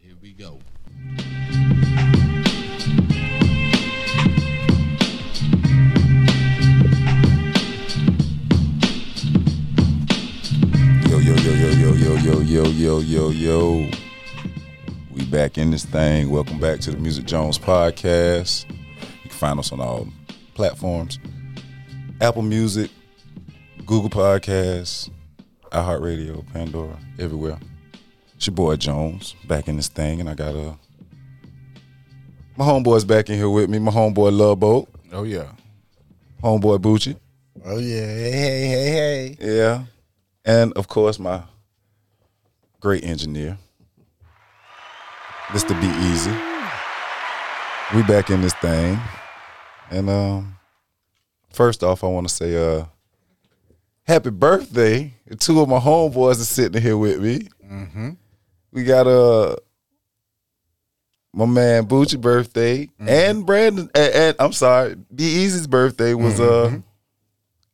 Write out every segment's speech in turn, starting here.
Here we go. Yo, yo, yo, yo, yo, yo, yo, yo, yo, yo, yo. We back in this thing. Welcome back to the Music Jones podcast. You can find us on all platforms Apple Music, Google Podcasts, iHeartRadio, Pandora, everywhere. It's your boy Jones back in this thing, and I got uh, my homeboy's back in here with me. My homeboy Love Boat, Oh yeah. homeboy Bucci. Oh yeah. Hey hey hey hey. Yeah. And of course, my great engineer, Mr. Be Easy. We back in this thing. And um, first off, I want to say uh, happy birthday. Two of my homeboys are sitting here with me. We got uh, my man Bucci birthday and Brandon, and, and I'm sorry, Be Easy's birthday was uh,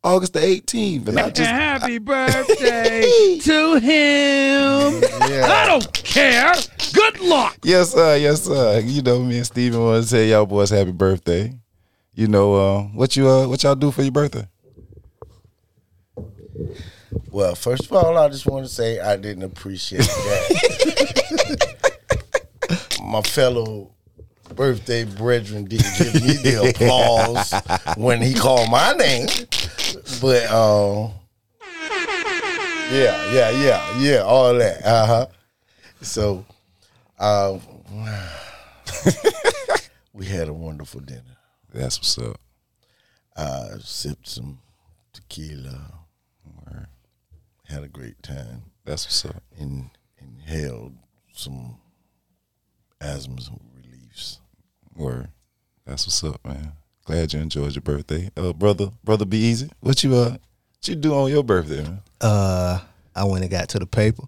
August the 18th. And I just Happy birthday to him. I don't care. Good luck. Yes, sir. Yes, sir. You know, me and Steven want to tell y'all boys happy birthday. You know, uh, what you uh, what y'all do for your birthday? Well, first of all, I just want to say I didn't appreciate that. My fellow birthday brethren didn't give me the applause when he called my name. But um Yeah, yeah, yeah, yeah, all that. Uh-huh. So um we had a wonderful dinner. That's what's up. I sipped some tequila. Had a great time That's what's up. and inhaled some asthma reliefs. Word. That's what's up, man. Glad you enjoyed your birthday, uh, brother. Brother, be easy. What you uh, what you do on your birthday, man? uh, I went and got to the paper.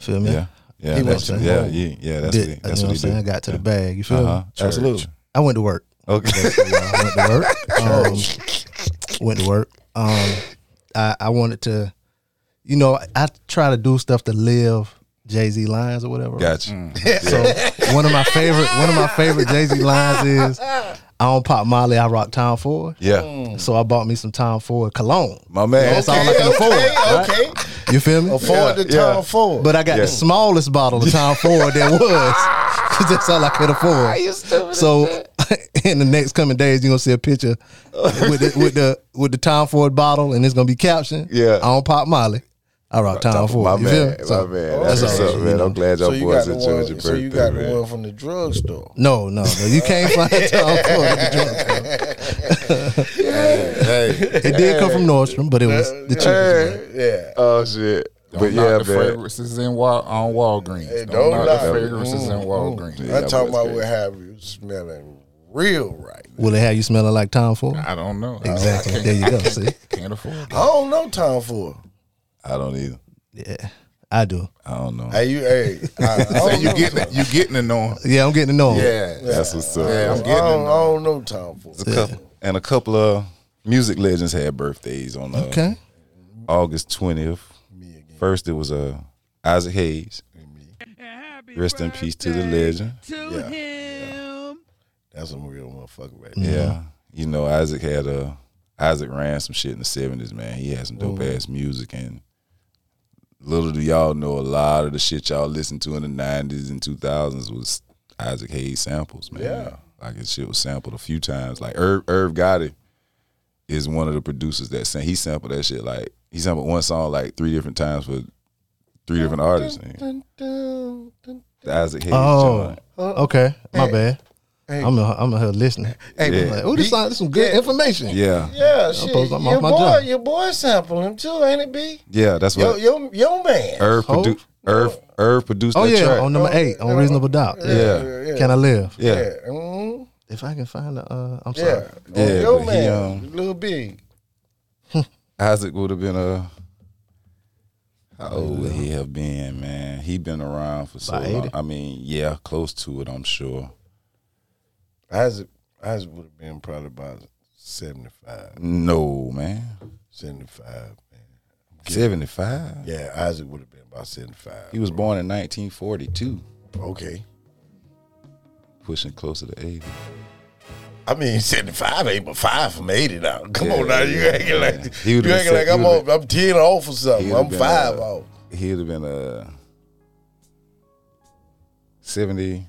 Feel me? Yeah, yeah, He that's, went to- yeah, yeah, yeah. That's Did- what he, you that's know what what he I'm saying? I do. got to the bag. You feel Uh-huh. me? Absolutely. I went to work. Okay. I went to work. Um, went to work. Um, I, I wanted to, you know, I, I try to do stuff to live Jay Z lines or whatever. Gotcha. Mm. So one of my favorite one of my favorite Jay Z lines is, "I don't pop Molly, I rock Tom Ford." Yeah, So I bought me some Tom Ford cologne. my man. That's all I can afford. right? okay. You feel me? Afford Yeah, the time yeah. forward. But I got Yeah. the smallest bottle of Tom Ford there was because that's all I could afford. So in the next coming days, you're gonna see a picture with the, with the with the Tom Ford bottle, and it's gonna be captioned. Yeah. I don't pop Molly. I rock Tom Ford. My Oh, you feel me? man, my So- man. That's that's what's all, up, you man. know. I'm glad y'all so you boys got the enjoyed your one. birthday. So you got man. the one from the drugstore. No, no, no. You can't find Tom Ford at the drugstore. hey, It did come from Nordstrom, but it was the cheapest. one. Yeah. oh shit. but Don't knock yeah, man. the fragrances in Wal- on Walgreens. Hey, don't Don't, knock knock it. the fragrances in Walgreens. Yeah, I'm that talking was about crazy. what have you smelling real right. Will it have you smelling like Tom Ford? I don't know. I- Exactly. There you go. See, I can't afford it. I don't know time for. I don't either. yeah, I do. I don't know. Hey, you, hey, I, I So don't you know getting it? You getting it on? Yeah, I'm getting to know him. Yeah. That's what's up. Yeah, I'm I getting don't, it. I don't know time for. a couple, and a couple of music legends had birthdays on uh, Okay. August 20th. First, it was uh, Isaac Hayes. Rest in peace to the legend. To Yeah. him. That's some real motherfucker right there. Yeah. You know, Isaac had Uh, Isaac ran some shit in the 70s, man. He had some dope ass music. And little do y'all know, a lot of the shit y'all listened to in the 90s and 2000s was Isaac Hayes samples, man. Yeah. Like his shit was sampled a few times. Like Irv, Irv Gotti is one of the producers that sang. He sampled that shit like, he sampled one song like three different times for three different artists. man. Dun, dun, dun. The Isaac Hayes Oh, joint. okay. My bad. I'm a, I'm a her listening. Yeah. Hey, like, oh, this sound- this some good information. Yeah. Yeah, shit. supposed to- I'm your off my boy, job. your boy sampled him too, ain't it, B? Yeah, Er, that's Yo, what yo, yo, man. Irv, Hope? produ- Irv, Irv produced Oh that yeah, track. on number eight, on reasonable doubt. Yeah. yeah, Can I live? yeah. yeah. Mm, If I can find the, uh, I'm yeah. sorry. Oh, Yeah, yo, but he, man, um, little big. Isaac would have been a. How old would he have been, man? He been around for so About long. 80? I mean, yeah, close to it, I'm sure. Isaac, Isaac would have been probably about 75, No, man, 75, man. seventy five. Yeah, Isaac would have been about 75. He was born in 1942. Okay. Pushing closer to 80. I mean, 75 ain't but five from 80 now. Come Yeah, on now. You yeah, acting yeah. like, He you would've acting said- like he I'm, would've- off, I'm 10 off or something. He'd have I'm been, 5 uh, off. He'd have been uh, 70,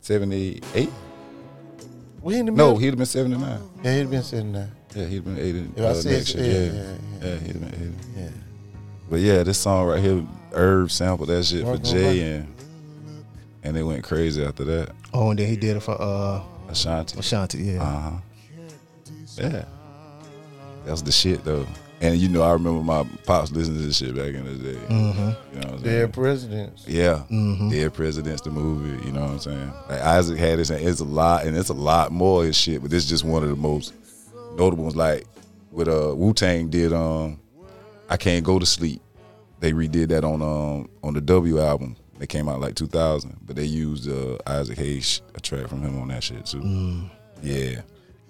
78. We in the No, middle. he'd have been 79. Yeah, he'd been sitting there. Yeah, he'd have been 80. If I uh, said next so, year. yeah, Yeah, yeah, yeah, he'd have been 80. Yeah. But yeah, this song right here, Herb sampled that shit for Right, right, Jay and and it went crazy after that. Oh, and then he did it for uh Ashanti. Ashanti. Yeah. Uh huh. Yeah. That's the shit though. And you know, I remember my pops listening to this shit back in the day. Mm-hmm. You know what I'm saying? Dead presidents. Yeah. Mm-hmm. Dead Presidents, the movie. You know what I'm saying? Like Isaac had this, and it's a lot, and it's a lot more of his shit, but this is just one of the most notable ones. Like with uh, Wu Tang did, um, I Can't Go to Sleep. They redid that on um on the W album. They came out like 2000, but they used uh, Isaac Hayes sh- a track from him on that shit too. Mm-hmm. Yeah,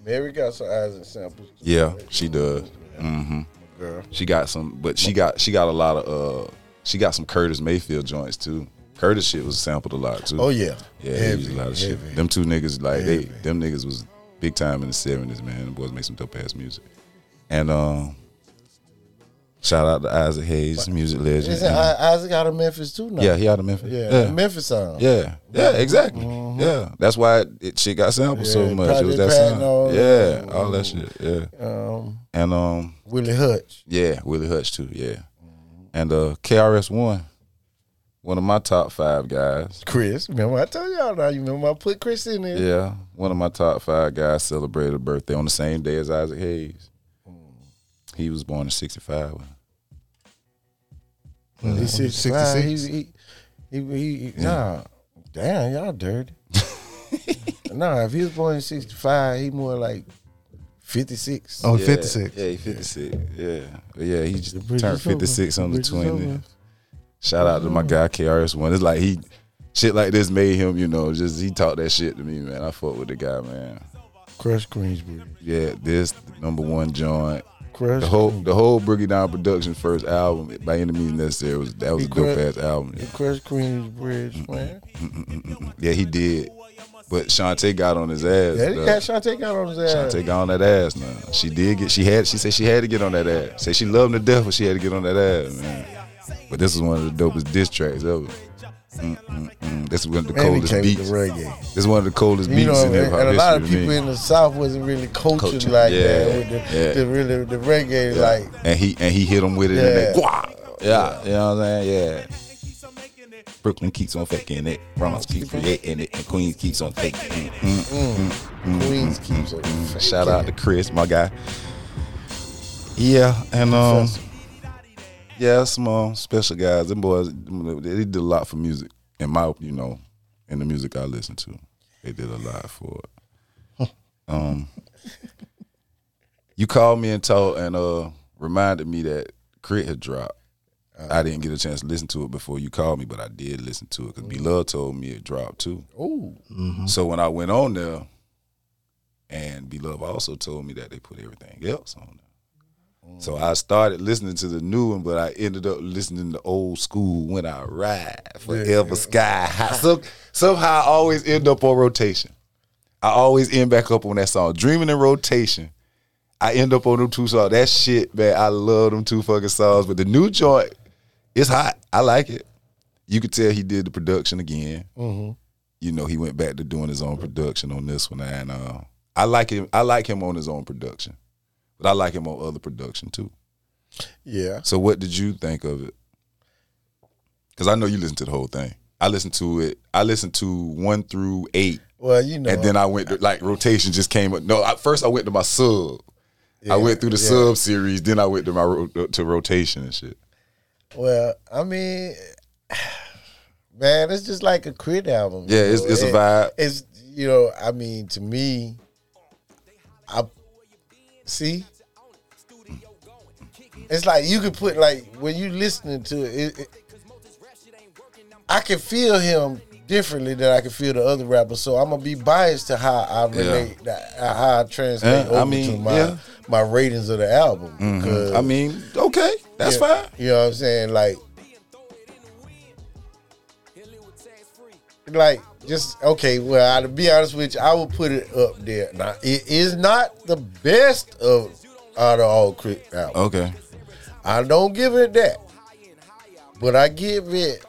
Mary got some eyes and samples. yeah, she does. hmm Girl. She got some, but she got she got a lot of uh, she got some Curtis Mayfield joints too. Curtis shit was sampled a lot too. Oh, yeah. Yeah, they Heavy, used a lot of heavy. shit. Them two niggas, like they, Heavy. them niggas was big time in the seventies, man. The boys make some dope ass music. And um, shout out to Isaac Hayes, music legend. Isn't And- I- Isaac out of Memphis too now? yeah, he out of Memphis. Yeah. yeah, Memphis um, sound. yeah, Yeah, exactly. Yeah, that's why it, it shit got sampled Yeah, so much. It was Project that Pat sound. and all yeah, that. all that shit. Yeah, Um, and um, Willie Hutch. yeah, Willie Hutch too. Yeah, and uh, KRS One, one of my top five guys. Chris. Remember I told y'all now. You remember I put Chris in there? Yeah, one of my top five guys celebrated a birthday on the same day as Isaac Hayes. He was born in '65. Mm, He said, 66. He, he, he, he- Nah, damn, y'all dirty. nah, if he was born in 65, he more like 56. Oh, 56. Yeah, he 56. Yeah, But yeah, he just bridge turned is over. 56 on the bridge is over. 20th. Shout out to my guy KRS One. It's like he shit like this made him, you know, just he taught that shit to me, man. I fuck with the guy, man. Crush Greensboro. Yeah, this the number one joint. Crush. The whole the whole Boogie Down production first album by any means necessary was that was He a dope correct. ass album. he crushed Greensbridge, man. Yeah, he did. But Shantae got on his ass. Yeah, he though. got Shantae got on his ass. Shantae got on that ass now. She did get. She had. She said she had to get on that ass. Said she loved him to death, but she had to get on that ass, man. But this is one of the dopest diss tracks ever. Mm-mm-mm. This is one of the And he coldest came with beats. the reggae. This is one of the coldest You beats know, in and, hip hop and a lot of history to people me. in the South wasn't really coaching, Coaching, like yeah, that with the, yeah. the really the reggae like and he and he hit him with it Yeah. and they guah. Yeah, you know what I'm saying? Yeah. Brooklyn keeps on faking it. Bronx keeps creating it, and Queens keeps on faking it. Mm. Queens keeps it. Shout out to Chris, my guy. Yeah, and um, yeah, some um, special guys. Them boys, they did a lot for music. In my, you know, in the music I listen to, they did a lot for it. Um, you called me and told and uh reminded me that Crit had dropped. I didn't get a chance to listen to it before you called me, but I did listen to it because B Love told me it dropped too. Ooh. So when I went on there, and Beloved also told me that they put everything else on there. So I started listening to the new one, but I ended up listening to old school when I ride forever sky high. So, somehow I always end up on rotation. I always end back up on that song, dreaming in rotation. I end up on them two songs. That shit, man, I love them two fucking songs. But the new joint, it's hot. I like it. You could tell he did the production again you know, he went back to doing his own production on this one, and uh, I like him. I like him on his own production, but I like him on other production too. Yeah. So, what did you think of it? Because I know you listened to the whole thing. I listened to it. I listened to one through eight, Well, you know. and then I went to, like rotation just came up. No, I, first I went to my sub. I went through the sub series, then I went to my ro- to rotation and shit. Well, I mean, man, it's just like a crit album. you Yeah, it's- know. it's a It- vibe. It's you know, I mean, to me, I see. It's like you could put like when you listening to it, it, it I can feel him differently than I can feel the other rappers. So I'm gonna be biased to how I relate, that- how I translate Yeah, I over to mean, my yeah. Mm-hmm. my ratings of the album. because- I mean, okay, that's yeah, fine. You know what I'm saying? Like, like just okay. Well, I, to be honest with you, I would put it up there. Now, it is not the best of out of all Creep albums. Okay. I don't give it that, but I give it,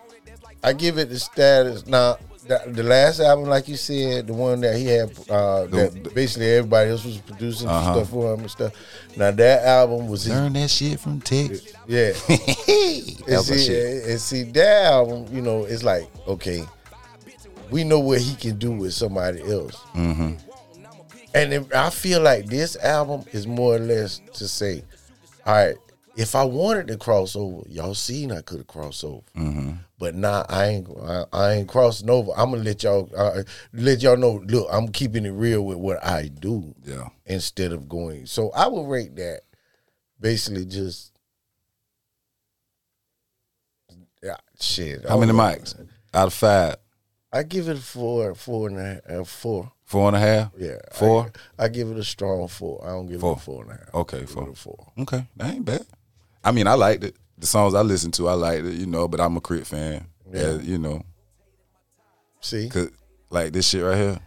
I give it the status. Now, the, the last album, like you said, the one that he had, uh, that basically everybody else was producing Uh-huh. stuff for him and stuff. Now that album was his Learn that shit from Texas. yeah. and, That was my see, shit. and- and see, that album, you know, it's like, okay, we know what he can do with somebody else. Mm-hmm. And if, I feel like this album is more or less to say, all right, if I wanted to cross over, y'all seen I could have crossed over. Mm-hmm. But nah, I ain't I, I ain't crossing over. I'm gonna let y'all uh, let y'all know. Look, I'm keeping it real with what I do Yeah. instead of going. So I would rate that basically just yeah, shit. How I many would- mics? Out of five. I give it a four, four and a half, uh, four. Four and a half? Yeah, I- Four? I, give it a strong four. I don't give Four. it a four and a half. Okay, I give four. It a four. Okay. That ain't bad. I mean, I liked it. The songs I listened to, I liked it, you know, but I'm a crit fan. Yeah, you know. See, Cause like this shit right here.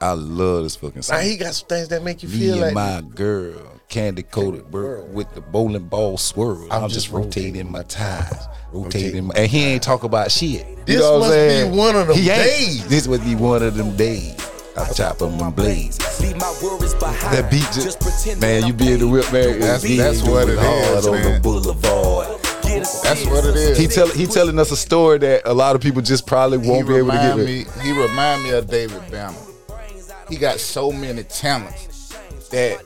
I love this fucking now song. he got some things that make you Me feel and like my girl, candy coated bird with the bowling ball swirl. I'm, just rotating my ties, rotating. My, and he ain't talk about shit. You This know what I'm must be saying? one of them He ain't. days. This must be one of them days. I chop them and blaze. Leave my worries behind. That beat just- just pretend Man, that you I'm be in the whip, man. That's- He that's what it doing hard is, on the man. boulevard. Get a That's what it is. He tell he telling us a story that a lot of people just probably won't be able to get. remind Me. me. He remind me of David Banner. He got so many talents that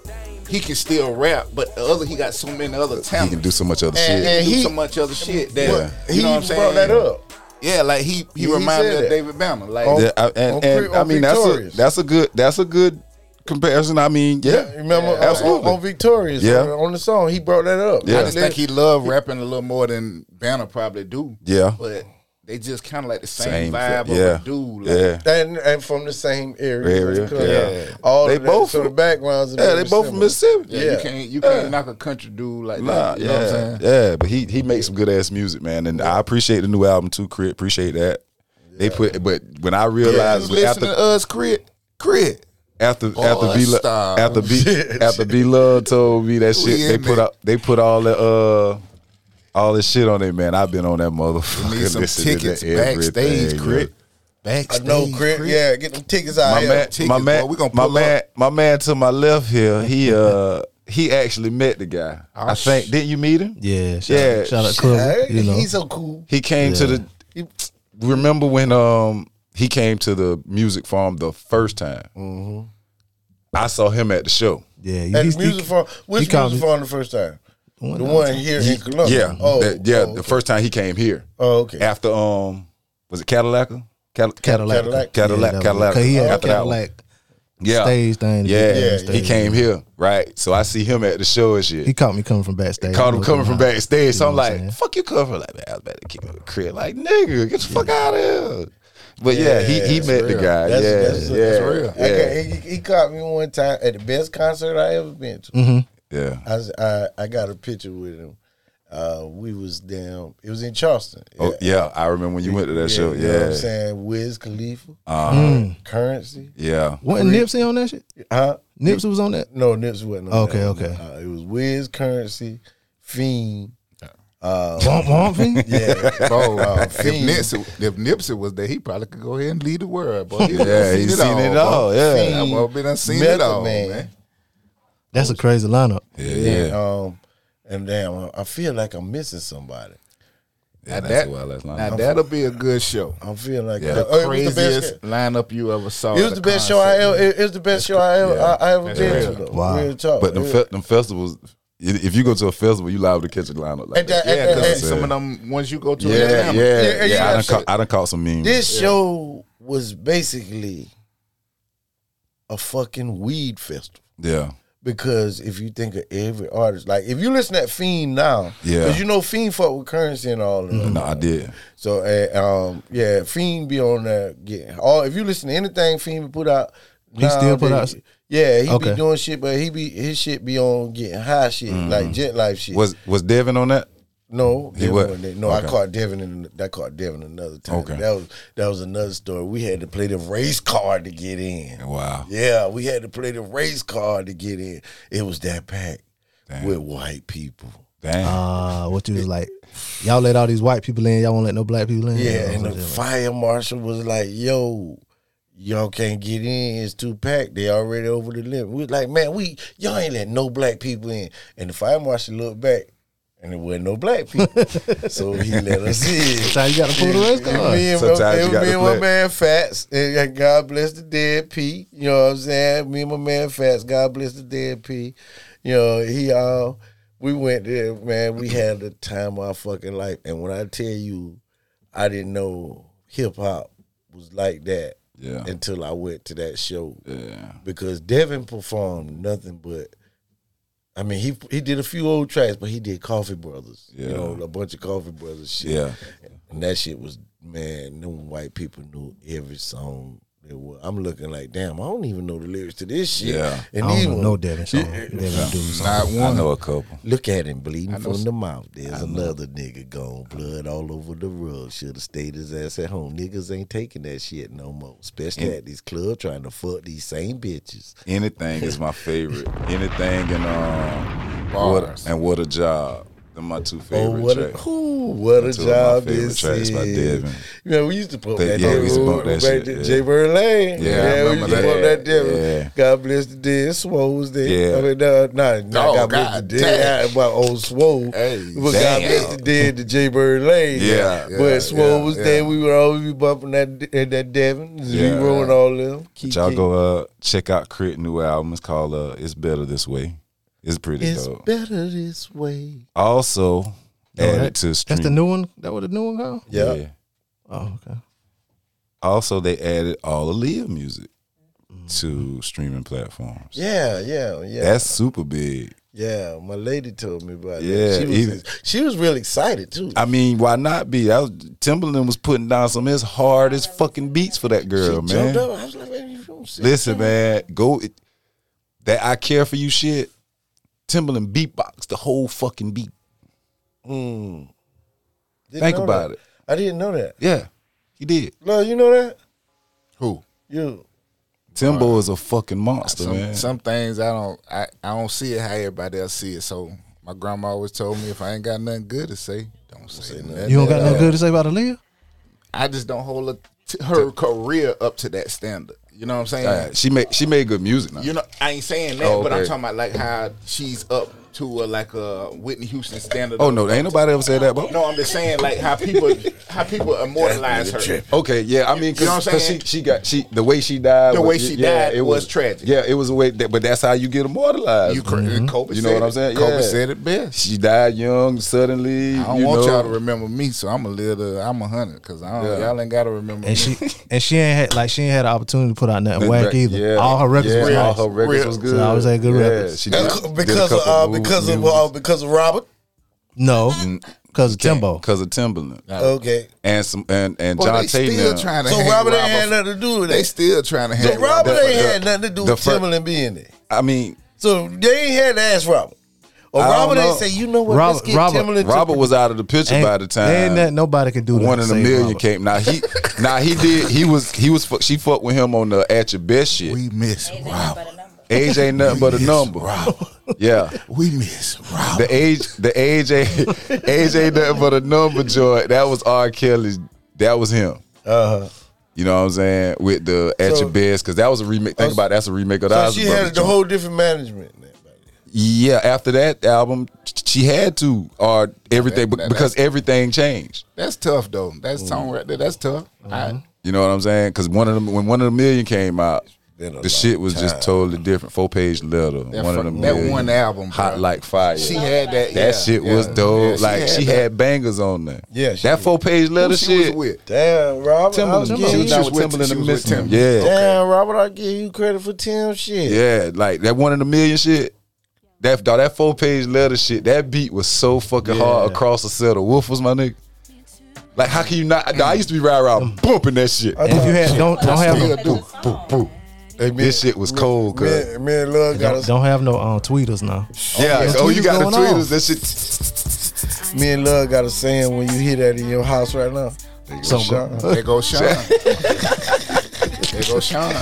he can still rap, but the other he got so many other He talents. can do so much other shit. and do he- so much other shit that Yeah. you he know what I'm brought saying. that up. Yeah, like he he, He remind me said of that. David Banner. Like Oh, Yeah, I- and, on and Cre- I on mean that's a Victorious. that's a good that's a good comparison. I mean, yeah, Remember uh, absolutely. on Victorious, Yeah. on, on the song, he brought that up. Yeah. I just think he loved rapping a little more than Banner probably do. Yeah. but they just kind of like the Same same, vibe, vibe yeah. of a dude. Like, yeah. and, and from the same area. Area, Because yeah. All They of that, both so the from- backgrounds. are Yeah, they very both from similar. Mississippi. Yeah, Yeah. you can't you can't knock a country dude like Nah, that. You yeah, know what I'm saying? yeah, but he he makes some good ass music, man, and I appreciate the new album too. Crit, appreciate that. They put, but when I realized you listen after to us, Crit, Crit. after Oh, after B Lo- stop. after B after B Love told me that We shit, they in put it. up they put all the uh all this shit on it, man. I've been on that motherfucker. Need some listening tickets to everything, backstage, yo. I Crit. Backstage, know, Crit. Yeah, get them tickets out My here. man, tickets, my boy. man, We gonna my pull man, my man to my left here. He uh he actually met the guy. I think didn't you meet him? Yeah, shout, Yeah, Shout out, shit. Club, you know. He's so cool. He came to the. he- remember when um he came to the music farm the first time? Mm-hmm. I saw him at the show. yeah, At he's- the music he- farm. he Which called music it- farm the first time? One the out. one here in Columbia. Yeah, Oh, that- yeah. oh, The first time he came here Oh, okay. after um was it Cadillac? Cal- Cadillac. Cadillac, Cadillac. Yeah, that was- Cadillac. Cause he had After that one. Cadillac yeah. stage thing. the Yeah, big Yeah, damn he stage. came here, right? So I see him at the show and shit. He caught me coming from backstage. Called him coming from Wow. backstage. So You I'm know what I'm like, saying? fuck you coming from like man, I was about to kick him in the crib. Like, nigga, get the fuck out of here. But yeah, he, he met the guy. That's, yeah, that's, yeah, that's real. Yeah, Okay, he, he caught me one time at the best concert I ever been to. yeah. I, was, I I got a picture with him. Uh, we was down. It was in Charleston. Oh yeah, I remember when you went to that show. You know what I'm Yeah, saying? Wiz Khalifa, uh, Currency. yeah. Wasn't Nipsey on that shit? Huh? Nipsey was on that? No, Nipsey wasn't. on Okay, that. okay. Uh, it was Wiz, Currency, Fiend. Bump, bumping? Yeah. Bro, uh, if, Fiend. Nipsey, if Nipsey was there, he probably could go ahead and lead the world. Boy. Yeah, he's seen it Oh, all. Yeah, I've been done seen it Method all, Man. man. That's a crazy lineup. yeah, And, yeah. um, and damn, I feel like I'm missing somebody. Now, that's that, a wild-ass lineup. now that'll be a good show. I'm feeling like Yeah. Uh, The it was the best. craziest lineup you ever saw. It was at the a best show I concert. ever. It, it was the best show I ever Yeah. I, I ever been real. to. Though. Wow. Real talk. But them Real- fe- them festivals, i- if you go to a festival, you liable to catch a lineup like And that- that. Yeah, and- because and- some of them ones you go to. in Yeah, yeah, Atlanta. yeah. Yeah, yeah, I done that's caught it. I done caught some memes. this show was basically a fucking weed festival. yeah, Because if you think of every artist, like if you listen at Fiend now, Yeah. Mm-hmm. because you know Fiend fuck with currency and all that. no, I did. So uh, um, yeah, Fiend be on there. Yeah, all if you listen to anything Fiend put out, He still put nowadays- out- Yeah, he Okay. Mm-hmm. be doing shit, but he be his shit be on getting high shit like jet life shit. Was was Devin on that? No, He Devin what? wasn't there. No, Okay. I caught Devin in I caught Devin another time. Okay. That was that was another story. We had to play the race card to get in. Wow. Yeah, we had to play the race card to get in. It was that pack Damn. with white people. Damn. Uh, what you was like? Y'all let all these white people in. Y'all won't let no black people in. Yeah, and the fire marshal was like, "Yo, y'all can't get in. It's too packed. They already over the limit." We was like, "Man, we y'all ain't let no black people in." And the fire marshal looked back, and there wasn't no black people, so he let us in. so you got to pull the rest card. Me and, my, Sometimes you and gotta me and my play. man Fats, and and God bless the dead P. You know what I'm saying? Me and my man Fats, God bless the dead P. You know he all. We went there, man. We had the time of our fucking life, and when I tell you, I didn't know hip hop was like that Yeah. until I went to that show yeah. because Devin performed nothing but. I mean, he he did a few old tracks, but he did Coffee Brothers, you Yeah. know, a bunch of Coffee Brothers shit. Yeah. And that shit was man, them white people knew every song. There was. I'm looking like, damn, I don't even know the lyrics to this shit. Yeah. And I these don't ones- know no Devin song. Devin do song. Not I one. know a couple. Look at him bleeding from the mouth. There's another nigga gone, blood all over the rug. Should have stayed his ass at home. Niggas ain't taking that shit no more, especially at these club trying to fuck these same bitches. Anything is my favorite. Anything and um Bars. what, and what a job. They're my two Oh, favorite what tracks. a, ooh, what a Two of my job favorite this tracks is. by Devin. You know, we used to pump They- that. yeah, we used to Devin. pump that Back shit, to yeah. Jay Bird Lane. Yeah, I we remember used to that. pump that Devin. Yeah. God bless the dead. Swole was there. Yeah. I mean, no, no, Oh, not God bless the God dead. damn. I, well, old Swole. Hey, but God damn. bless the dead to Jay Bird Lane. Yeah, but yeah, Swole yeah, was yeah. there. We would always be bumping that eh, that Devin, Yeah. Zero, and all them. But Keep y'all go uh check out Crit new album. It's called uh It's Better This Way. It's pretty It's dope. better this way. also added that- to stream. That's the new one. That what the new one called? Yeah. Yeah. Oh, okay. Also they added all of Leah music to streaming platforms. Yeah, yeah, Mm-hmm. yeah. That's super big. Yeah, my lady told me about Yeah, that. She was, even- she was real excited too. I mean, why not be? I was, Timberland was putting down some of his hardest fucking beats for that she girl, man. jumped up. I was like, man, you don't see Listen, man, go it, that I care for you shit. Timberland beatbox the whole fucking beat. Didn't Think know about that. it. I didn't know that. Yeah, he did. No, you know that? Who? You Timbo is a fucking monster, Some, man. some things I don't I, I don't see it how everybody else see it. So my grandma always told me if I ain't got nothing good to say, don't say nothing. You don't got no good to say about Aaliyah? I just don't hold her, t- her career up to that standard. You know what I'm saying? Uh, she made she made good music now. You know, I ain't saying that, Oh, but I'm okay. talking about like how she's up to a, like a Whitney Houston standard. oh no, ain't nobody ever said that, bro. no, I'm just saying like how people how people immortalize her. Okay, yeah, I mean, You know cause, what I'm 'cause she saying? she got she the way she died, The was- way she yeah, died was tragic. Yeah, it was a way, that, but that's how you get immortalized. You, cra Kobe You know said what I'm it. saying? Kobe Yeah. said it best. She died young suddenly. I don't you want know. y'all to remember me, so I'm a little. I'm a hundred because I don't. Yeah. Y'all ain't gotta remember me. And she and she ain't had like she ain't had the opportunity to put out nothing whack either. Yeah. All her records yeah, was all nice. her records Real. was So good. I would say good yeah, records. She did, because did a because couple of uh, moves, because of moves. uh, because of Robert. Mm. no, because of Timbo. because of Timberland Okay, and some and and Boy, John they Tatum. still trying to. so hang Robert ain't Robert. had nothing to do with They that. still trying to hang. So Robert the- ain't the- had nothing to do the with fir- Timberland being there. I mean, So they ain't had to ask Robert. Or I don't Robert know. ain't say, you know what? Robert- Let's get Robert- Timberland. to- Robert was out of the picture Ain't- by the time. ain't nothing nobody could do. to one in a save million Robert. came. Now he, now he did. He was, he was. Fuck, she fucked with him on the at your best shit. We miss Robert. age ain't nothing but a Yes, number. Robert. Yeah, We miss Robert. the age, the age ain't, age ain't nothing but a number. Joy. That was R. Kelly's. That was him. Uh-huh. You know what I'm saying? With the at So- Oh, your best, because that was a remake. Think about it, that's a remake of the So Oz she Brothers had a joint. whole different management. Yeah, after that album, she had to or everything That- that- because everything changed. That's tough though. That song right there. That's tough. I, You know what I'm saying? Because one of them, when one of the million came out, been a the shit long was just totally different. Four page letter, that one fir- of them, that one album, hot bro. like fire. she had that. that shit was dope. like she had bangers on there. Yeah, she that four page letter Who she shit. was with. Damn, Robert. Timberland, I'm she was, giving she you- was down with with Timberland and Tim- she was Miss with Tim. Yeah, Timberland. Damn, Robert, I give you credit for Tim shit. yeah, like that one in a million shit. That dawg, that four page letter shit. That beat was so fucking hard across the settle. Wolf was my nigga. Like how can you not? dawg, I used to be riding around bumping that shit. And if you had don't don't have no, Still do. This shit was cold, cuz. Me, me and Love got don't, us. don't have no um, tweeters now. Yeah. yeah. Oh, you Tweeters got the going on. tweeters. That shit. Me and Love got a saying when you hear that in your house right now. So Sean. There goes Sean. there goes Sean.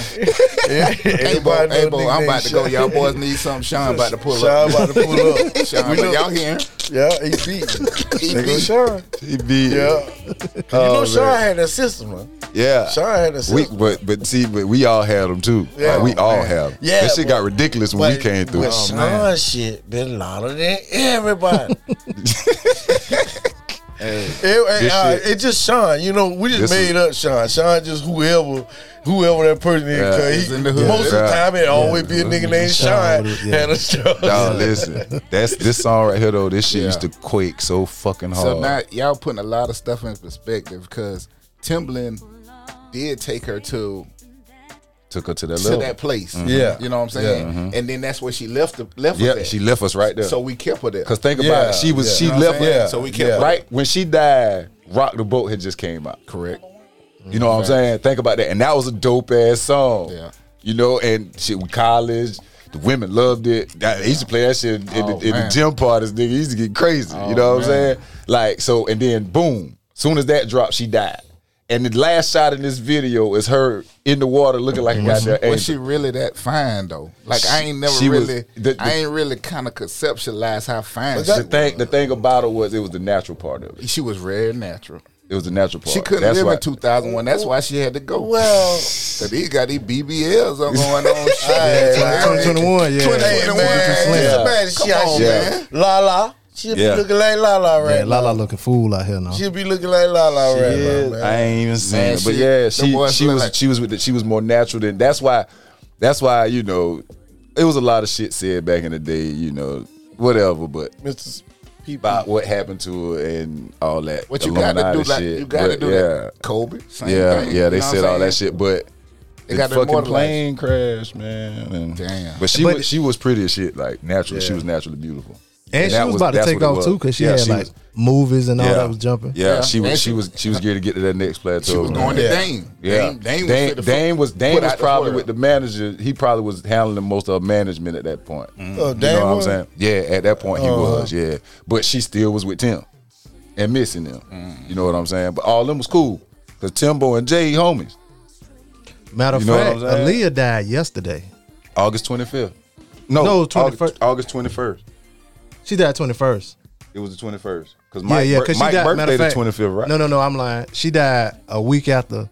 Hey, Bo, Everybody hey, know Bo, nigga I'm about named to go. Sean. Y'all boys need something. Sean about to pull Sean up. about to pull up. Sean, We but know- y'all hear him? Yeah, he beat. He There go beat. Sean. He be Yeah. You know Sean had that system, man. yeah. Sean had that Oh, We, system. but but see, but we all had them too. Yeah. Like, we all Man. have. 'em. Yeah, that shit but- got ridiculous when we But- came through. Oh, But Sean Oh, shit been louder than everybody. It, it- This uh, shit- it just Sean, you know. We just This is- made up Sean. Sean just whoever, whoever that person is. Yeah, 'cause it's he, in the hood. Most of the Yeah. time, it always be a nigga named Sean Sean, yeah. had a show. Dawg, listen, that's this song right here though. This shit Yeah. used to quake so fucking hard. So now y'all putting a lot of stuff in perspective because Timbaland did take her to Took her to that to level. that place. Mm-hmm. Yeah. you know what I'm saying. And then that's where she left. The, left. us yeah, at. she left us right there. So we kept her there. Cause think about Yeah, it, she was yeah. she You know what I'm left saying? us. So we kept- right when she died. Rock the boat had just came out. Correct. You know what I'm saying? Think about that. And that was a dope ass song. Yeah. You know, and shit with college. The women loved it. That, They used to play that shit in, Oh, the, in the man. gym parties, nigga. It used to get crazy. you Oh, know what man. I'm saying? Like, so, and then boom, soon as that dropped, she died. And the last shot in this video is her in the water looking like a goddamn angel. Was she really that fine though? Like I ain't never She was- really, the- I ain't really kind of conceptualized how fine she the, was. thing, the thing about it was it was the natural part of it. She was rare and natural. It was the natural part. She couldn't That's live why- in 2001. That's why she had to go. Well, Cause he got these BBLs on going on. Shit. Yeah, Hell, 2021, yeah. hey, 2021. man, Slim. it's bad as Come shit. on, She- man. La la, she'll Yeah. be looking like La La right Yeah, now. Lala looking fool out here now. She'll be looking like La La right Yeah, now, man. I ain't even seen Man, it, but she- yeah, them she boys she look was like- she was with the, she was more natural than that's why that's why you know it was a lot of shit said back in the day, you know, whatever, but Mr. Peep. about what happened to her and all that. What you Illuminati gotta do, like shit, you gotta but do yeah. that. Kobe, same Yeah, thing, yeah, they you know what said I'm all that saying? shit, but They the got fucking immortalized. plane crashed, man. and- Damn. But she But- was she was pretty as shit, like naturally. She Yeah. was naturally beautiful. And, she that was, about to that's take what it off was. too, cause she Yeah, had she like was- movies and all that was jumping. Yeah, Yeah. she was And she she- was she was geared to get to that next plateau. She was going Yeah. to Dame. Yeah, Dame, Dame, Dame, was, Dame was Dame was probably with the. the manager. He probably was handling most of management at that point. Mm. Uh, Oh, You Dame know what I'm was? saying? Yeah, at that point Uh-huh. he was. Yeah, but she still was with Tim and missing them. Mm. You know what I'm saying? But all them was cool because Timbo and Jay homies. Matter of You know fact, what I'm saying? Aaliyah died yesterday. August 25th. No, No, August- 21st. August 21st. She died twenty first. It was the 21st because Yeah, Mike, yeah, bir- cause Mike she died. matter birthday of the fact, 25th, right? No, no, no. I'm lying. She died a week after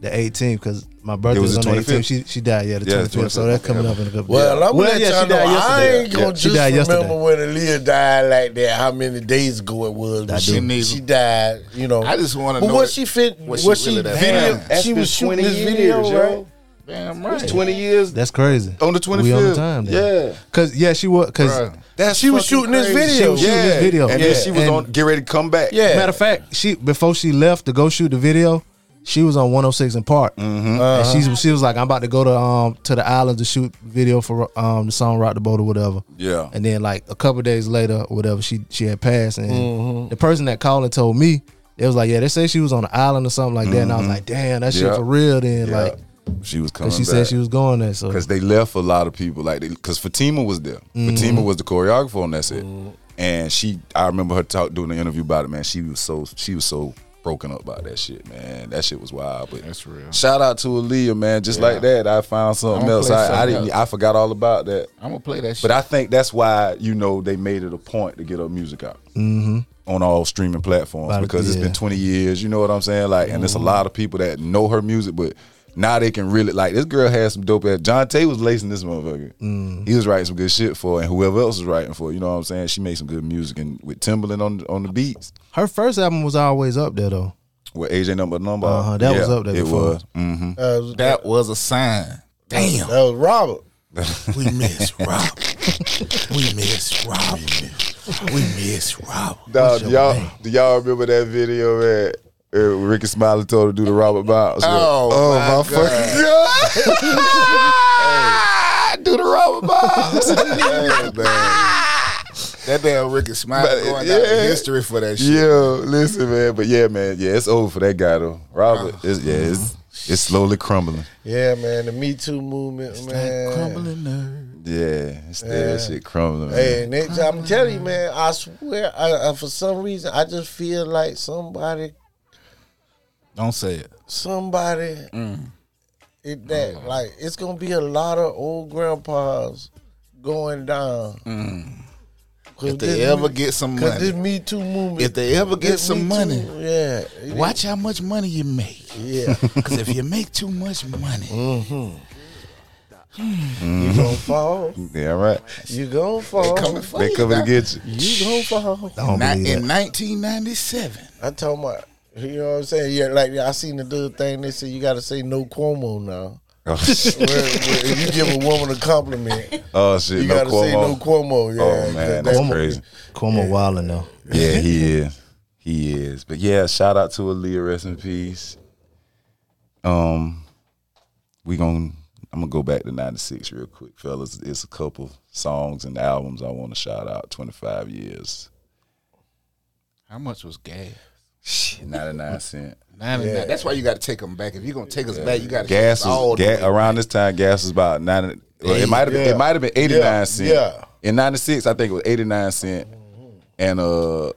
the 18th because my birthday It was was, the on the 18th. 25th. She she died yeah the Yeah, the 25th. So that's coming up in a couple. Well, yeah. I'm gonna let y'all know. I ain't gonna Yeah. She died just yesterday. remember when Aaliyah died like that. How many days ago it was? I when she, do. Neither. she died. You know. I just wanna But know was it- she fit? was Was she she, really that video? bad? She was shooting this video, right? Damn right. years That's crazy. on the 25th. We on the time. Then. Yeah. Cause yeah, she was. Cause Bruh. That's She was fucking shooting this crazy. video. She was shooting this video. And Yeah. then she was And- on get ready to come back. Yeah. matter of fact, she before she left to go shoot the video, she was on 106 in Park. Mm-hmm. And she she was like, I'm about to go to um to the island to shoot video for um the song Rock the Boat or whatever. Yeah. And then like a couple days later, or whatever, she she had passed, and the person that called and told me, they was like, yeah, they say she was on the island or something like that, and I was like, damn, that shit Yeah. for real. Then Yeah. like, she was coming. and she said she was going there, so because they left a lot of people. Like because Fatima was there. Mm-hmm. Fatima was the choreographer on that set, and she. I remember her talk doing the interview about it. Man, she was so she was so broken up about that shit. Man, that shit was wild. But That's real. Shout out to Aaliyah, man. Just like that, I found something I'ma else. play I, I something didn't. else. I forgot all about that. I'm gonna play that shit. But I think that's why you know they made it a point to get her music out on all streaming platforms Mm-hmm. About it, because it's yeah. Mm-hmm. been 20 years. You know what I'm saying? Like, and there's a lot of people that know her music, but now they can really like this girl has some dope ass. John Tay was lacing this motherfucker. Mm. He was writing some good shit for, her, and whoever else was writing for. her, You know what I'm saying? She made some good music, and with Timbaland on on the beats. her first album was always up there though. With AJ number number, Uh-huh, that was up there It before. was. Mm. Uh, that that was a sign. Damn. was Robert. We miss Rob. we miss Rob. We miss Rob. Dog, do y'all do y'all remember that video man? Uh, Ricky Smiley told her to do the Robert Bounce. Oh, my my, fucking god! Do the Robert Bounce. That damn Ricky Smiley But, going down yeah. in history for that shit. yeah, listen, man. But yeah, man. Yeah, it's over for that guy though. Robert, it's, yeah, it's, It's slowly crumbling. Yeah, man, the Me Too movement, man. Yeah, it's still that shit crumbling. Hey, man. and it- I'm telling you, man. I swear, I, I, for some reason, I just feel like somebody, Don't say it. somebody, Mm. it, that Oh. like it's gonna be a lot of old grandpas going down. Cause Mm. If this they ever Me- get some Cause this money, Me Too movement. if they ever get this Me some money, Too- yeah, it- watch how much money you make. yeah, Because if you make too much money, you gonna fall. Yeah, all right. You gonna fall. coming for They you, coming dog. to get you. You gonna fall. I don't Not believe that. in 1997. I told my, you know what I'm saying? Yeah, like I seen the dude thing. They said you got to say no Cuomo now. Oh shit! Where- where if you give a woman a compliment, Oh shit! you no gotta say no Cuomo. Cuomo. Yeah, oh man, that's Cuomo- crazy. Cuomo wilding though. Yeah, he is. He is. But yeah, shout out to Aaliyah, rest in peace. Um, we gonna I'm gonna go back to '96 real quick, fellas. It's a couple songs and albums I want to shout out. 25 years, How much was gas? 99 cent. Ninety-nine. That's why you got to take them back. If you're gonna take us back, you got to Gas was all the ga- way. around this time. Gas was about nine. Well, it might have been it might have been 89 cent. yeah. In '96, I think it was 89 cent, Mm-hmm. and uh,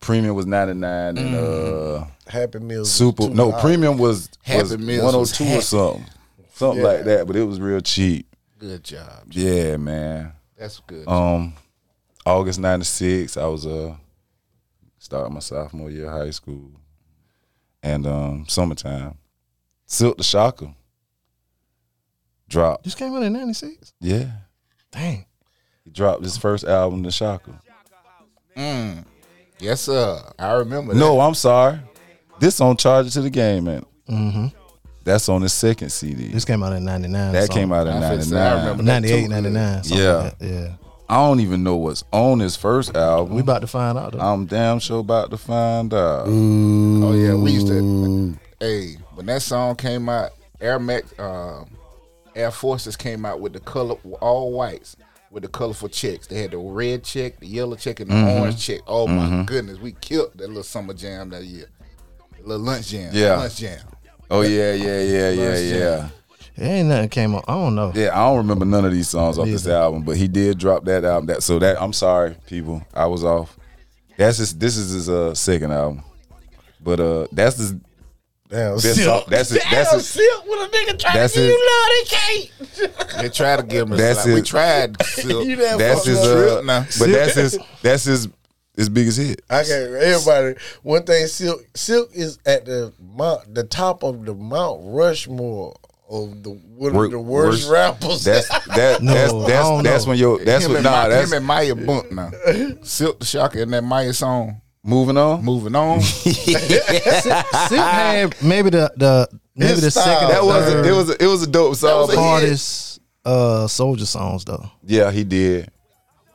premium was 99, and Mm-hmm. uh. Happy Meal. Super. No, premium was, was Happy Meals was 102 or happy. something. Something like that, but it was real cheap. Good job. Yeah, man. That's good. Um August 96, I was uh starting my sophomore year of high school. And um summertime. Silk the Shocker. Dropped. Just came out in '96. Yeah. Dang. He dropped his first album, The Shocker. yes, sir. I remember. That. No, I'm sorry. This on Charger to the Game, man. Mm-hmm. That's on his second CD. This came out in '99. that came out in I fixed it. 99. I remember that '98, too. '99. Yeah. yeah. I don't even know what's on his first album. We about to Mm. find out. Though. I'm damn sure about to find out. Oh yeah, we used to. mm. Hey, when that song came out, Air Max, uh, Air Forces came out with the color all whites with the colorful checks. They had the red check, the yellow check, and the Mm-hmm. orange check. Oh my goodness, we killed that little summer jam that year. Little lunch jam. Yeah. lunch jam. Oh yeah, yeah, yeah, yeah, Last year. yeah. There ain't nothing came out. I don't know. Yeah, I don't remember none of these songs off this album, but he did drop that album. That so that I'm sorry, people, I was off. That's his. This is his uh, second album, but uh, that's his Damn, best. Song. That's his. That's his. with a nigga trying That's his. They tried to give him. A That's slap. We it. tried. Silk. That's his. Uh, but that's his. That's his. His biggest hit. I can't. Everybody. One thing, silk. Silk is at the mount, the top of the Mount Rushmore of the one Wor- of the worst, worst- rappers. That's that. No, that's I that's don't that's know. when your. That's him what. and Nah. Maya, that's him and Maya Bunk now. Silk the Shocker and that Maya song. moving on. Moving on. Silk had maybe the the maybe His the style. second. That or was. A, third it was. A, it was a dope song. but- hardest uh, soldier songs though. Yeah, he did.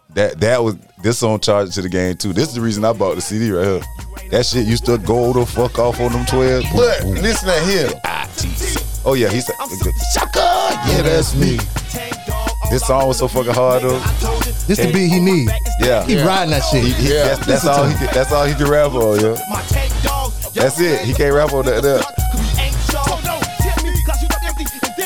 That that was this song charged to the game too. This is the reason I bought the CD right here. That shit used to go the fuck off on them twelve. but listen to him. Oh yeah, he said, "Shaka, yeah, that's me." This song was so fucking hard though. This the beat he need. Yeah, He riding that shit. He- he- that's, that's all he. Could, that's all he could rap on. Yeah, that's it. He can't rap on that. that.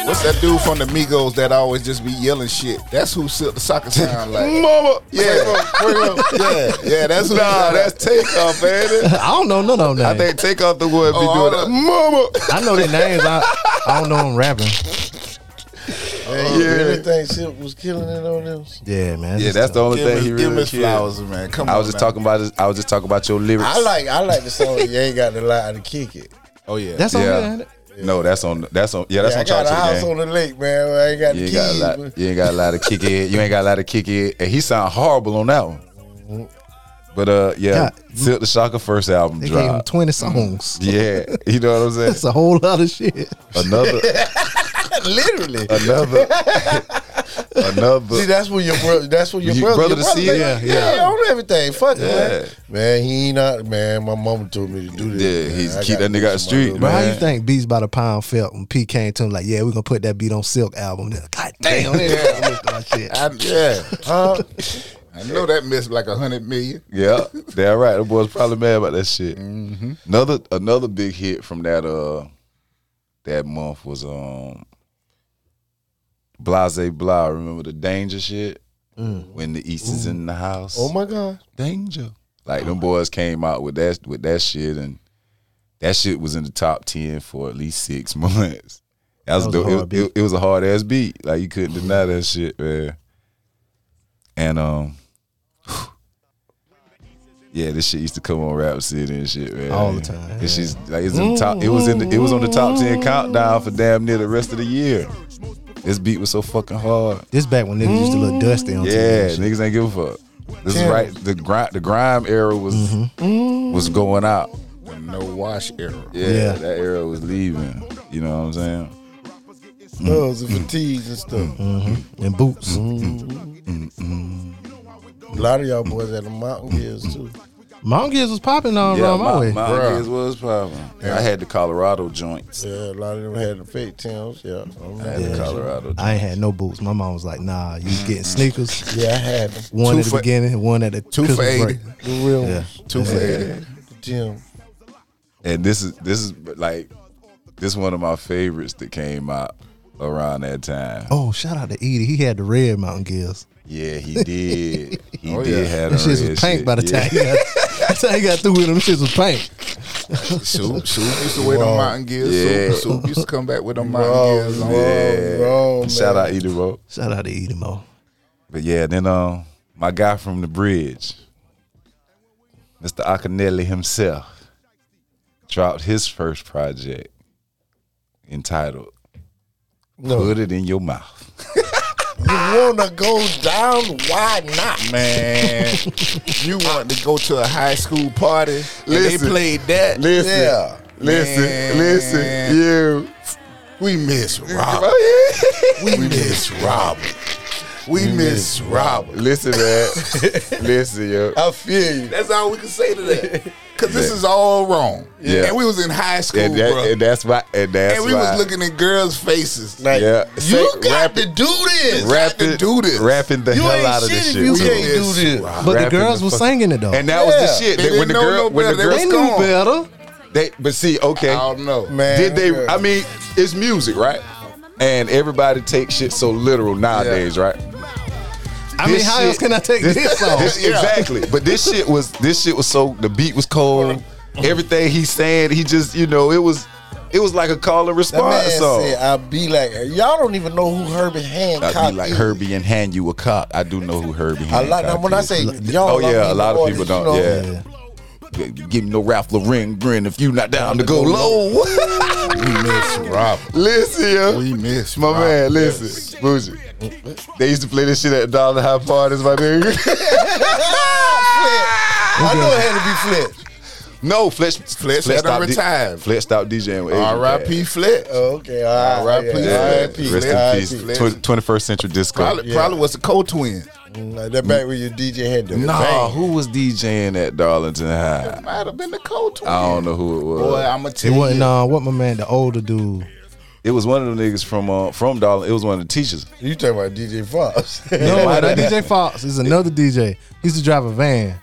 What's that dude from the Migos that always just be yelling shit? That's who Silk the Shocker sound like. Mama, yeah, Yeah, yeah, yeah. That's who. nah, that's takeoff, man. I don't know none of them. I names. think takeoff the one be Oh, doing I that. don't- Mama, I know their names. I, I don't know them rapping. Man, you yeah. really think Silk was killing it on this? Yeah, man. yeah, Just that's the only Give thing he him, give him really his killed. flowers, man. Come on. I was just now. talking about. His, I was just talking about your lyrics. I like. I like the song. You ain't got to lie to kick it. Oh yeah. That's on there, ain't Yeah. it? No, that's on. That's on. Yeah, that's Yeah, I on Charge got to a the house Game. on the lake, man. I ain't got You the ain't keys. got a but- lot. You ain't got a lot of kick it. You ain't got a lot of kick it. And he sound horrible on that one. But uh, yeah, God. Silk the Shocker first album They gave him dropped. twenty songs. Yeah, you know what I'm That's saying. a whole lot of shit. Another, Uh, Literally. another, See, another. that's what your brother. That's what your You- brother. brother your to see it? like, Yeah, yeah. on everything. Fuck it, Yeah. man. Man, he ain't out. Man, my mama told me to do this. Yeah, man. he's I keep gotta that do nigga out the some street, other- Bro, how you Man. think Beats by the Pound felt when P came to him like, "Yeah, we're gonna put that beat on Silk album." They're like, God damn, they missed our shit. I, yeah. Uh, Huh? I know that missed like a hundred million. Yeah, they're right. The Mm-hmm. boy's probably mad about that shit. Another, another big hit from that. Uh, that month was um Blase Blah. Remember the danger shit? When the East is in the house. Mm. Oh my God. danger. Like Oh, them boys came out with that with that shit and that shit was in the top ten for at least six months. That was, That was a dope. It- hard it, beat. it was a hard ass beat. Like you couldn't deny that shit, man. And um Yeah, this shit used to come on Rap City and shit, man. All the time, It's just like it's in the top it was in the, it was on the top ten countdown for damn near the rest of the year. This beat was so fucking hard. This back when niggas used to look dusty on Yeah, TV. and shit. niggas ain't give a fuck. This is right. The grind, the grime era was was going out. The no wash era. Yeah, Mm-hmm. Yeah. that era was leaving. You know what I'm saying? Thugs and fatigues and stuff. Mm-hmm. and boots. A lot of y'all boys had the mountain gears too. Mom Giz was popping on yeah, around my, my, way. my Bruh. kids was popping. I had the Colorado joints. Yeah, a lot of them had the fake Tims. Yeah, I I had remember. the Colorado. I ain't had no boots. My mom was like, "Nah, you Mm-hmm. getting sneakers? yeah, I had them. One Two at the for- beginning, and one at the Two for Christmas eighty. break. The real Yeah. ones. Two for eighty. The gym. And this is this is like this one of my favorites that came out around that time. Oh, shout out to Edie. He had the red Mountain Gills. Yeah, he did. He Oh, did yeah. have That a shit red was pink by the shit. time he got, by the time he got through with them. Shit was pink. Shoot, shoot. Used to wear them mountain gears. Yeah. Yeah. Soup, soup used to come back with them mountain gears on. Yeah. Wrong, wrong, Shout man. out Edie Rowe. Shout out to Edie Mo. But yeah, then um, my guy from the bridge, Mr. Akinelli himself, dropped his first project entitled No, "Put It in Your Mouth." you wanna go down? Why not? Oh, Man, you want to go to a high school party and Listen. they played that? Listen, Yeah. listen, Man. listen, you. We miss Robert. We miss Robert. We miss Robert. Listen, man. listen, yo. I feel you. That's all we can say to that. Cause this is all wrong. Yeah. And we was in high school, And, that, bro. and And, that's why. And that's we why. was looking at girls' faces. Like, Like, Yeah. Say- you got rap to do this. got to rapping, do this. rapping the You hell ain't out of this shit shit. if you too. can't do this. But the Rapping girls the was fuck- singing it though. And that was Yeah. the shit They that when didn't the know girl, no when the better. They girl they knew gone. better. They but see, okay. I don't know. Man, Did they yeah. I mean, it's music, right? And everybody takes shit so literal nowadays, right? I mean, This how shit- else can I take this- this, song? This, Exactly. But this shit was this shit was so the beat was cold. Everything he saying, he just, you know, it was it was like a call and That man response song. said, "I be like her." y'all don't even know who Herbie Hancock I'd be like is. Herbie and hand you a cock. I do know who Herbie A Hancock lot. Now, when I is. say y'all, oh I yeah, a mean lot the of artists, people don't. you know. yeah. G- Give me no Ralph Lauren grin if you not down to go low. We miss Robert. Listen, yo. We miss My Robert. man, listen, Bougie. They used to play this shit at Dollar High parties, my nigga. I know it had to be flipped. no, Fletch, Fletch, let him stopped retired. Fletch stopped DJing with Asian R.I.P. Fletch. Oh, okay, all right, R.I.P. Cats. yeah, Yeah, R.I.P. Rest in R.I.P. peace. Fletch. Tw- 21st Century Disco. Probably, probably was a co-twin. Mm, like that back when your DJ had the nah, bang. who was DJing at Darlington High? Might have been a co-twin. I don't know who it was. Oh, Boy, I'ma tell It you. wasn't uh, what my man, the older dude. it was one of the niggas from uh, from Darlington. It was one of the teachers. You talking about DJ Fox? No, why that that- DJ Fox is another DJ. He used to drive a van.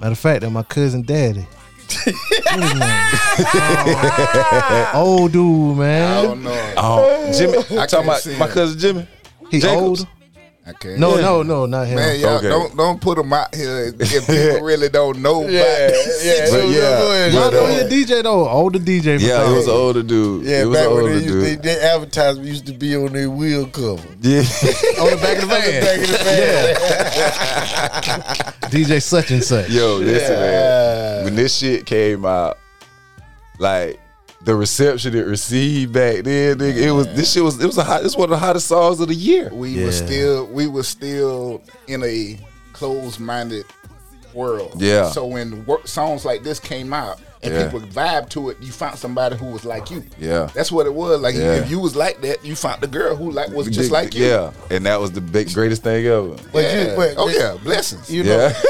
Matter of fact, that my cousin daddy. What his name? Oh, old dude, I man. don't know. Oh, Jimmy. I'm talking can't about see my him. cousin Jimmy. He Jacobs? old. I can't. No, no, no, not him. Man, y'all Okay. don't don't put them out here if people really don't know. about this yeah, But situation. yeah, Y'all but, know uh, he a DJ though. Older DJ. from Yeah, it college. was an older dude. Yeah, it was back an when they older used they, dude. their advertisement used to be on their wheel cover. yeah. on the back of the Back van. in the van. DJ such and such. Yo, listen, man. When this shit came out, like the reception it received back then, nigga, it was this shit was it was a hot. This one of the hottest songs of the year. we were still we were still in a closed minded world. Yeah. So when wor- songs like this came out and Yeah. people vibe to it, you found somebody who was like you. Yeah. That's what it was. Like Yeah. if you was like that, you found the girl who like was just Th- like you. yeah, and that was the big, greatest thing ever. But Yeah. you, but oh yeah, blessings. you know, Yeah,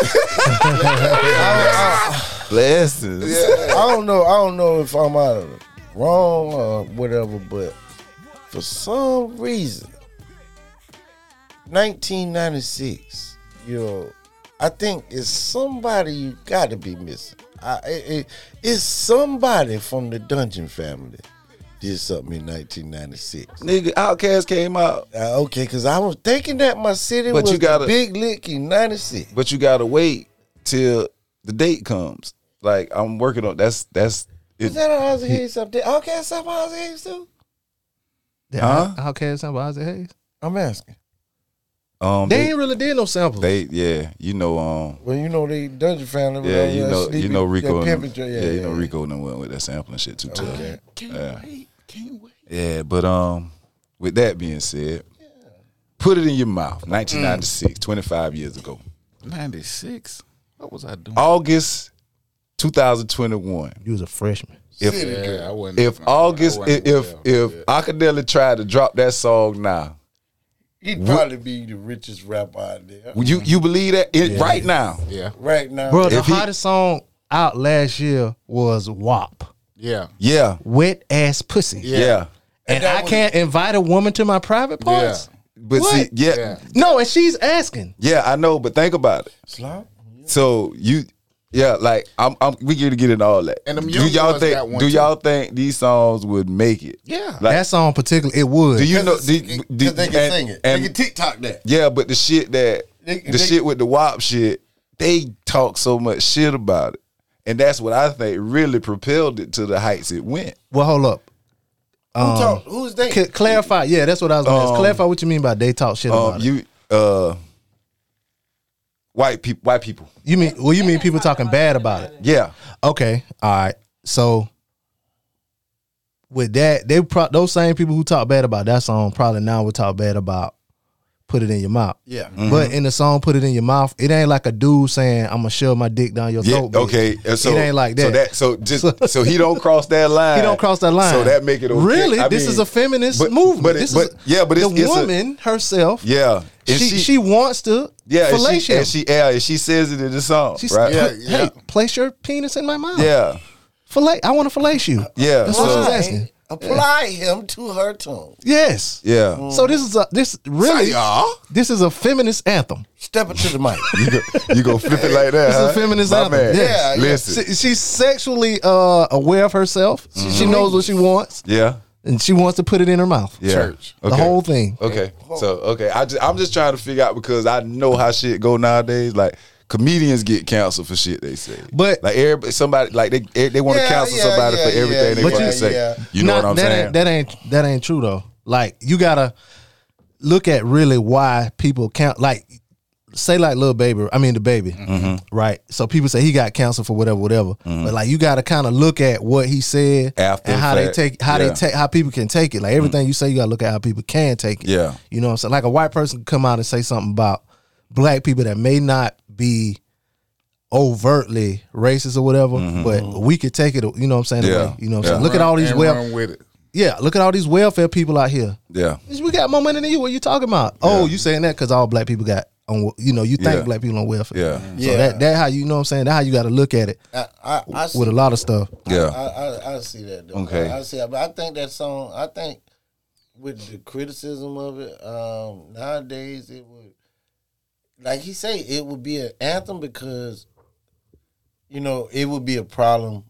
blessings. yeah. I don't know. I don't know if I'm out of it wrong or whatever, but for some reason, 1996. You know, I think it's somebody you got to be missing. I, it, it, it's somebody from the Dungeon family that did something in 1996. Nigga, Outkast came out, Uh, okay, because I was thinking that my city But was you gotta- the big lick in '96. but you gotta wait till the date comes. Like I'm working on that's that's it. Is that a Ozzy Hayes up there? Okay, some Ozzy Hayes too. Huh? How can somebody Isaac Hayes? I'm asking. um, They they, ain't really did no samples. they yeah, you know um Well, you know they Dungeon family. yeah uh, you know you Sleepy- know that Rico and, Pimpin' yeah, Joint, you know Rico and them went with that sampling shit too tough. Okay. Can't Yeah. wait. Can't wait. Yeah, but um, with that being said, put it in your mouth. 1996, 25 years ago, 96. What was I doing? August 2021. You was a freshman. If yeah, I wasn't. if August if if, if Akadeli tried to drop that song now, He'd probably be the richest rapper out there would you you believe that it, right now? yeah, right now. Bro, the If he- hottest song out last year was WAP. yeah, Yeah, Wet ass pussy. yeah. And that I was- can't invite a woman to my private parts. But What? see, yeah, yeah, Yeah. No, and she's asking. I know. But think about it. Slop? So you, yeah, like I'm, I'm we get to get into all that. And them do young y'all ones got think? one Do too. y'all think these songs would make it? yeah. Like- that song particular, it would. Do you know? Because Do, it's- do- 'cause they can and- sing it. and- they can TikTok that. Yeah, but the shit that They- the they- shit with the WAP shit, they talk so much shit about it, and that's what I think really propelled it to the heights it went. well, hold up. Um, Who talk, who's they? C- clarify. Yeah, that's what I was going to ask. Um, Clarify what you mean by they talk shit about Um, it. you uh, white people, white people. You mean well? You mean people talking bad about it? Yeah, Okay, all right. So with that, they pro- those same people who talk bad about that song probably now would talk bad about "Put It in Your Mouth." yeah. Mm-hmm. But in the song "Put It in Your Mouth," it ain't like a dude saying, "I'm gonna shove my dick down your yeah. throat." bitch." okay, and so it ain't like that. So that so just so he don't cross that line. He don't cross that line. So that make it okay. Really, I this mean, is a feminist but- movement. but it- this but- is, yeah, but it's- the it's a- woman herself. Yeah, she, And she wants to yeah, and fillet she, him. and she yeah, and she says it in the song, She's right? "Hey, Yeah, yeah. hey, place your penis in my mouth. yeah, fillet. I want to fillet you. yeah. That's what she's So, asking. Apply him to her tongue. Yes. yeah, So this is a this really this is a feminist anthem. Step it to the mic. You go, you go flip it like that. This huh? is a feminist Uh-huh. My man. anthem. Yes. Yeah, Listen. She, she's sexually uh, aware of herself. She, Mm-hmm. she knows what she wants, Yeah. and she wants to put it in her mouth. Yeah. Church. the Okay. whole thing. Okay. So okay, I just, I'm just trying to figure out because I know how shit go nowadays. Like comedians get canceled for shit they say. But- like everybody, somebody like they they, they want to Yeah, cancel yeah, somebody yeah, for everything yeah, they But want you- to say. yeah. You know Nah, what I'm that saying? Ain't, that ain't that ain't true though. Like you gotta look at really why people count. Like say like little baby. I mean the baby, Mm-hmm. right? So people say he got canceled for whatever, whatever. But like you gotta kind of look at what he said After and the how fact, they take how yeah. Mm-hmm. they take how people can take it. Like everything you say, you gotta look at how people can take it. Yeah. you know what I'm saying. Like a white person could come out and say something about black people that may not be overtly racist or whatever but we could take it you know what i'm saying the Mm-hmm. Yeah. way, you know what i'm saying Yeah. look at all these Ain't well wrong with it. yeah, look at all these welfare people out here. yeah. Bitch, We got more money than you. What you talking about? Oh, you saying that because all black people got on. You know, you think Yeah. black people on welfare. Yeah. So Yeah. that that how you know what I'm saying that how you got to look at it I, I, I see with a lot of stuff. Yeah. I, I, I see that. Though. Okay. I, I see that. But I think that song, I think with the criticism of it, um, nowadays it would, like he say, it would be an anthem because, you know, it would be a problem.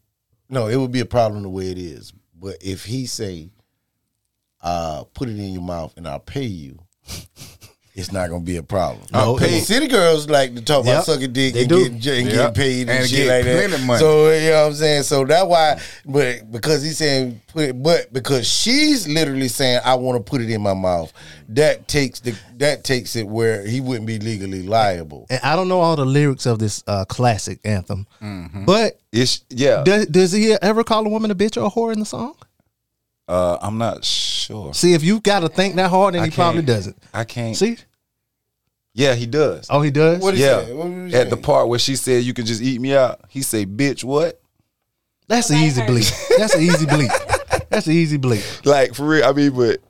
No, it would be a problem the way it is. But if he say, uh, put it in your mouth and I'll pay you, it's not gonna be a problem. No, Hey, it- city girls like to talk Yep. about sucking dick They and, do. getting, ju- and Yep. getting paid and, And shit get like that. plenty of money. So you know what I'm saying. So that's why, but because he's saying, put it, but because she's literally saying, I want to put it in my mouth. That takes the that takes it where he wouldn't be legally liable. And I don't know all the lyrics of this uh, classic anthem, Mm-hmm. but It's yeah. does, does he ever call a woman a bitch or a whore in the song? Uh, I'm not sure. See, if you got to think that hard, then I he probably can't- doesn't. I can't. See, Yeah, he does. oh, he does. What is yeah. that? What was that? At the part where she said you can just eat me out, he say, "Bitch, what?" That's an easy bleep. That's an easy bleep. That's an easy bleep. like for real. I mean, but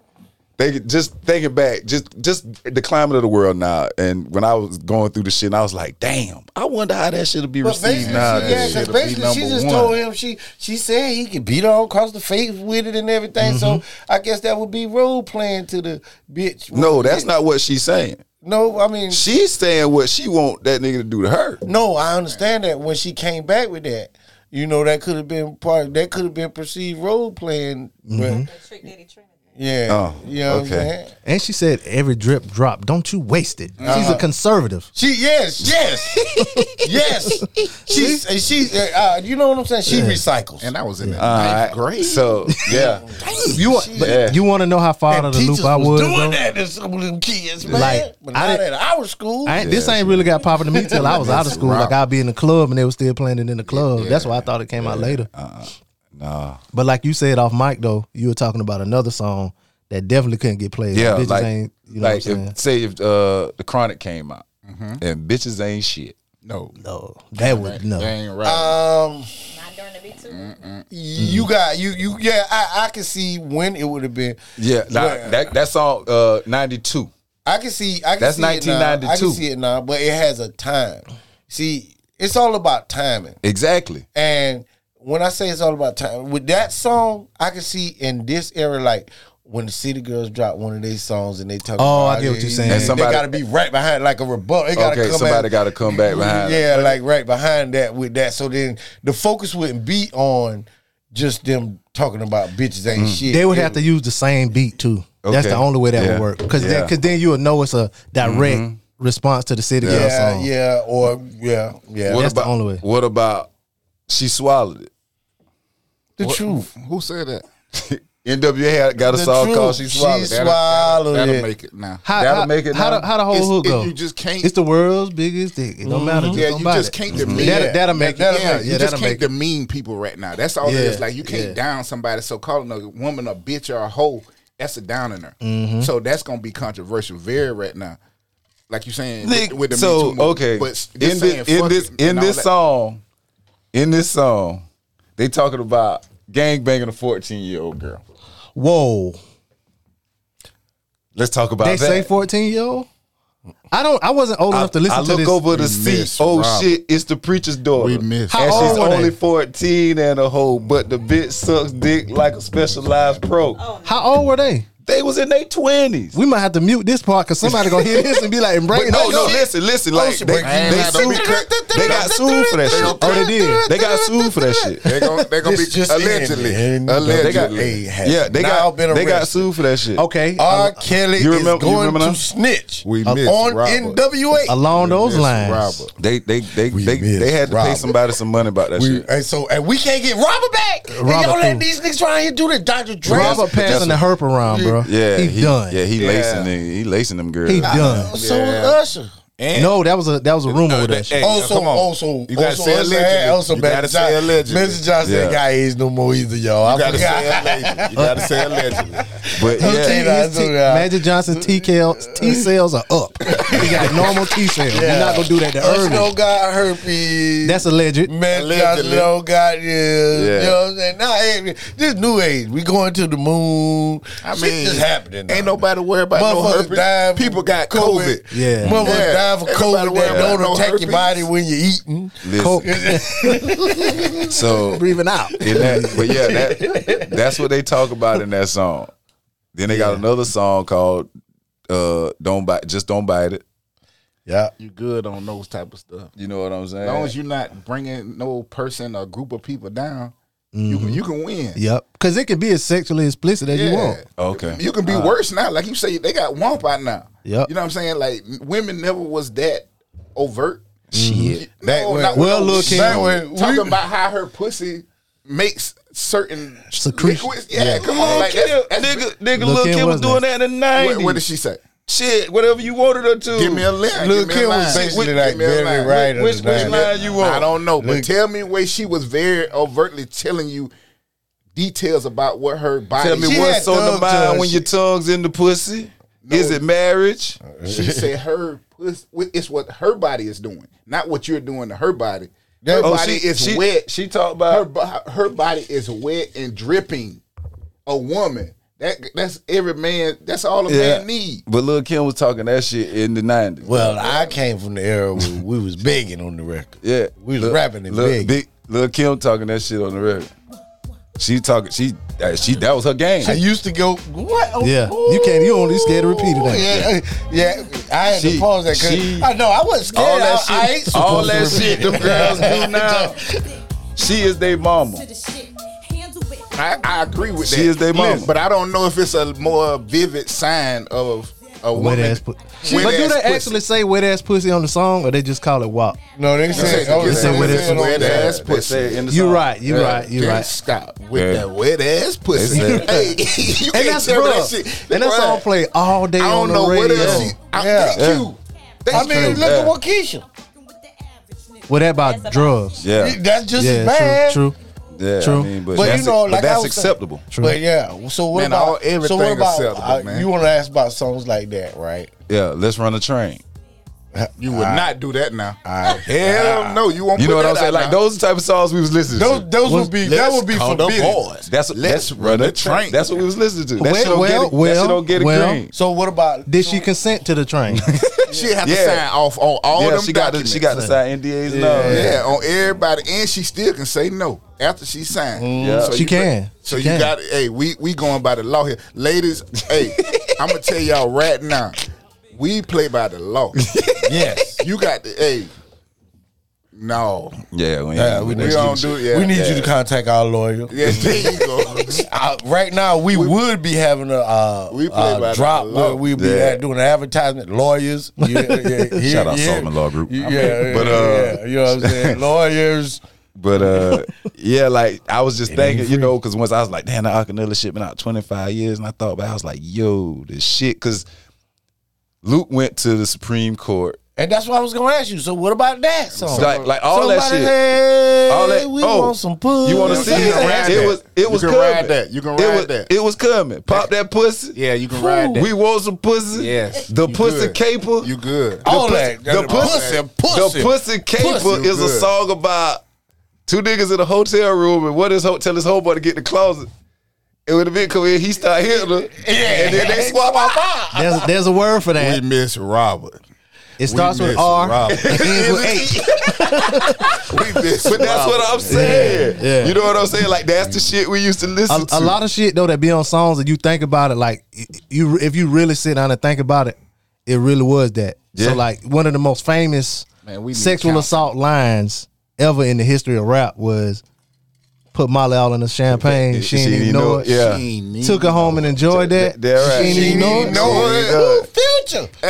they just thinking back, just just the climate of the world now. And when I was going through the shit, I was like, damn, I wonder how that should be But received basically, now. she, yeah, 'cause Should've be basically she number just one. told him she she said he could beat her all across the face with it and everything. So I guess that would be role playing to the bitch. No, that's not what she's saying. no. I mean, She's saying what she want that nigga to do to her. No, I understand that when she came back with that. You You know that could have been part. That could have been perceived role playing. But Trick Daddy Trinity. yeah, Mm-hmm. Oh, you know what I'm okay. saying. And she said, every drip drop, don't you waste it. Uh-huh. She's a conservative. She yes, yes, yes. She's and she. Uh, you know what I'm saying. She recycles. And I was in the All ninth right. grade. So yeah, You want, but Yeah. you want to know how far out of the loop teachers I was? doing though? that to some of them kids, man. Like, but I not didn't- at our school. I ain't, this ain't really got popping to me till I was out of school. Like I'd be in the club and they were still playing it in the club. That's why I thought it came out later. nah, But like you said off mic though, you were talking about another song that definitely couldn't get played. yeah, Bitches like, ain't, you know like what I'm saying? if, say if uh, the Chronic came out Mm-hmm. and bitches ain't shit. no, no, that would no. that ain't right. Um, Not during the Me Too. Mm-hmm. you got you you yeah. I I can see when it would have been. Yeah, nah, Yeah. that that's all uh, ninety two. I can see. I can That's see It now. I can 1992. see it now, but it has a time. See, it's all about timing. Exactly. And when I say it's all about time, with that song, I can see in this era, like when the City Girls drop one of these songs and they talk. Oh, I about get what it, you're saying. They, And somebody- got to be right behind, like a rebuttal. They gotta Okay, come somebody out- got to come back behind. it. Yeah, like right behind that with that. So then the focus wouldn't be on just them talking about bitches ain't shit. They would It have to use the same beat too. That's Okay. the only way that Yeah. would work. Because Yeah. then, cause then you would know it's a direct response to the city girl Yeah, song. yeah, or yeah, yeah. What That's the about only way. what about she swallowed it? the truth? Who said that? NWA had- got a The song truth. called "She Swallowed." She It. That'll- that'll- Swallowed it. That'll make it now. How, That'll how, make it how, now. the, how the whole It's- hook it- go? You just can't. it's the world's biggest dick. It don't matter. Just Mm-hmm. yeah, don't you buy just it. can't demean. That'll, that'll make yeah, it. Yeah, you just that'll can't make it. demean people right now. That's all it Yeah, is. Like you can't yeah. down somebody. So calling a woman a bitch or a hoe, that's a downing her. Mm-hmm. So that's gonna be controversial very right now. Like you saying with, with the Me so Too movement. okay, but s- in just saying this in fuck this it in and all this that. song, in this song, they talking about gang banging a fourteen year old girl. Whoa. Let's talk about They that. say 14 year old? I don't I wasn't old I, enough to listen I to look this. over to We see. missed Oh Rob. shit! It's the preacher's daughter. We missed How and old she's were they? only fourteen and a hoe, but the bitch sucks dick like a specialized pro. How old were they? They was in their twenties. We might have to mute this part because somebody gonna hear this and be like, and break it no, up. no, listen, listen. Like shit, they, break it they down. sued, they got sued for that shit. Oh, they did. They got sued for that shit. They're gonna, they gonna be This just allegedly, in. They got, allegedly. has yeah, they now got, been they got arrested. sued for that shit. Okay. R. Kelly You remember- you is going remember to now? snitch We on missed Robert. NWA. Along those Miss lines. Robert. They, they, they, they, missed they had to pay Robert. somebody some money about that We, shit. and so and we can't get Robert Uh, back. And Robert y'all who? let these niggas try here do this. Dr. Dre. Robert passing the herp around, uh, bro. Yeah, he, done. Yeah, he Yeah. lacing, them, he lacing them girls. he done. So Yeah. is Usher. No, that was a that was a rumor with that. shit. Also, come on. also, You gotta also, say Usher allegedly. had- also You back gotta to say John- allegedly. Mr. Johnson Yeah. ain't got age no more either, y'all. I You gotta forgot. say allegedly. You gotta say allegedly. But yeah, Hey, that's His T- what I- Magic Johnson's T cells T cells are up. he got normal T cells. Yeah. You're not gonna do that to Usher early. don't got herpes. That's alleged. Man, Johnson Allegedly. don't got you. You Yeah. know what I'm saying? Nah, hey, this new age, we going to the moon. I Shit mean, just happening. Ain't now. nobody worried about no Motherfuckers herpes. dying from People got COVID. COVID. Yeah. Motherfuckers Yeah. dying for Ain't COVID nobody worried that about don't no attack your herpes. body when you're eating. Coke listen, so breathing out. in that, but yeah, that, that's what they talk about in that song. Then they got another song called uh, "Don't Bite," just don't bite it. Yeah. You good on those type of stuff. You know what I'm saying? As long as you're not bringing no person or group of people down, you Mm-hmm. can you can win. Yep. Cause it can be as sexually explicit as Yeah. you want. okay, You can be worse now. Like you say, they got Womp out now. Yep. You know what I'm saying? Like women never was that overt. shit. That way- well, Lil' Kim- That way, we- talking about how her pussy makes certain Secretion. liquids. Yeah, come on, like that's, that's, nigga, nigga, Lil' Lil Kim Kim was wasn't doing that. that in the '90s. What, what did she say? Shit, whatever you wanted her to. Give me a line. Lil' Give me Kim a line. was basically Give like me a Barry line. Ryder Which Nah, which line you want? I don't know, but Look- tell me where she was very overtly telling you details about what her body. Tell me She what's had on the thugs to mind her when your shit. tongue's in the pussy. Is it marriage? She said her puss- it's what her body is doing, not what you're doing to her body. Her Oh, body she- is she- wet. she uh, talked her about- bo- her body is wet and dripping. A woman that that's every man. That's all a man need. But Lil Kim was talking that shit in the '90s. Well, I came from the era where we was begging on the record. Yeah, We was rapping and Lil, big. Lil Kim talking that shit on the record. She talking. She uh, she that was her game. I used to go, what? Oh, Yeah. You can't- you only scared to repeat it, ooh, ain't Yeah, yeah. I had She- to pause that because she- I know I wasn't scared. all that I, I ain't shit. all supposed to that shit. repeat Them it. girls do now. She is their mama. I, I agree with that. She is they mama. But I don't know if it's a more vivid sign of a Wet woman. ass pussy. Wet But do ass they pussy. actually say wet ass pussy on the song, or they just call it WAP? No, they They said, say- oh, they they say said wet wet ass- wet ass. ass pussy. You're right. You're right. You're Can't right. Stop with Yeah. that wet ass pussy. They said- hey, And you can't that's tell me that rough. shit. And that Bruh, song play all day I on don't the know what radio. else. She, I, Yeah. Thank Yeah. you. Thank I mean, you. look Yeah. at what Keisha. What that about drugs? Yeah, That's just as Yeah, bad. true, true. yeah. True. I mean, but, But you that's, know, but like I that's was saying- acceptable. True. But yeah, so what Man, about all- so everything what is about acceptable, uh, man. you want to ask about songs like that, right? Uh, Yeah, let's run a train. You would not do that now. Hell no, you won't. You put know what that I'm saying? out Like now. those type of songs we was listening Those, to. those would be that Let's would be call the forbidden. boys. That's Let's that's run a train. That's what we was listening to. That Well, shit don't well, get it, that well, shit don't get it well. green. So what about Did she consent to the train? she have Yeah. to sign off on all yeah, them she got the, she got to sign NDAs and all. Yeah, that. uh, on everybody, and she still can say no after she signed. Yeah. So She you- can. So She you can. got. Hey, we we going by the law here, ladies. hey, I'm gonna tell y'all right now, we play by the law. yes? you got the hey. No, Yeah, we, Yeah, we we need don't do. Yeah, we need yeah. you to contact our lawyer. Yeah, there you go. Uh, right now, we, would be having a uh, We play uh, by the drop law. where we'd be Yeah. at doing advertisement. Lawyers, yeah, yeah, yeah, Shout out yeah. Solomon Law Group. Yeah, yeah, But, but uh, yeah, you know what I'm saying. Lawyers, But uh, yeah, like I was just thinking, you know, because once I was like, damn, the Alcanilla shit been out 25 years, and I thought, but I was like, yo, this shit, because Luke went to the Supreme Court, and that's what I was gonna ask you. So what about that Oh. song? like, like all that Somebody shit, Hey, all that. we oh, want some pussy. You want to You see can it? ride It that. was, You it was can coming. ride that. You can it ride was, that. It was coming. Pop that pussy. Yeah, you can ride that. We want some pussy. Yes. The You pussy good. caper. You good? all the that? pussy- the pussy- The Pussy Caper Pussy is a good. song about two niggas in a hotel room and what is ho- tell his homeboy to get in the closet. And when the bitch come in, he start hitting her. and then they swap off. there's, there's a word for We that. miss Robert. It starts we with miss R. Robert. It ends with H. we miss But that's what I'm saying. Yeah, yeah. You know what I'm saying? Like that's the shit we used to listen a, to. a lot of shit though that be on songs that you think about it like y- you if you really sit down and think about it it really was that Yeah. so like one of the most famous Man, we need sexual counsel. assault lines ever in the history of rap was put Molly all in the champagne she didn't even know it Yeah. She took her home and enjoyed that They're right. she didn't even know need it no She need help. future.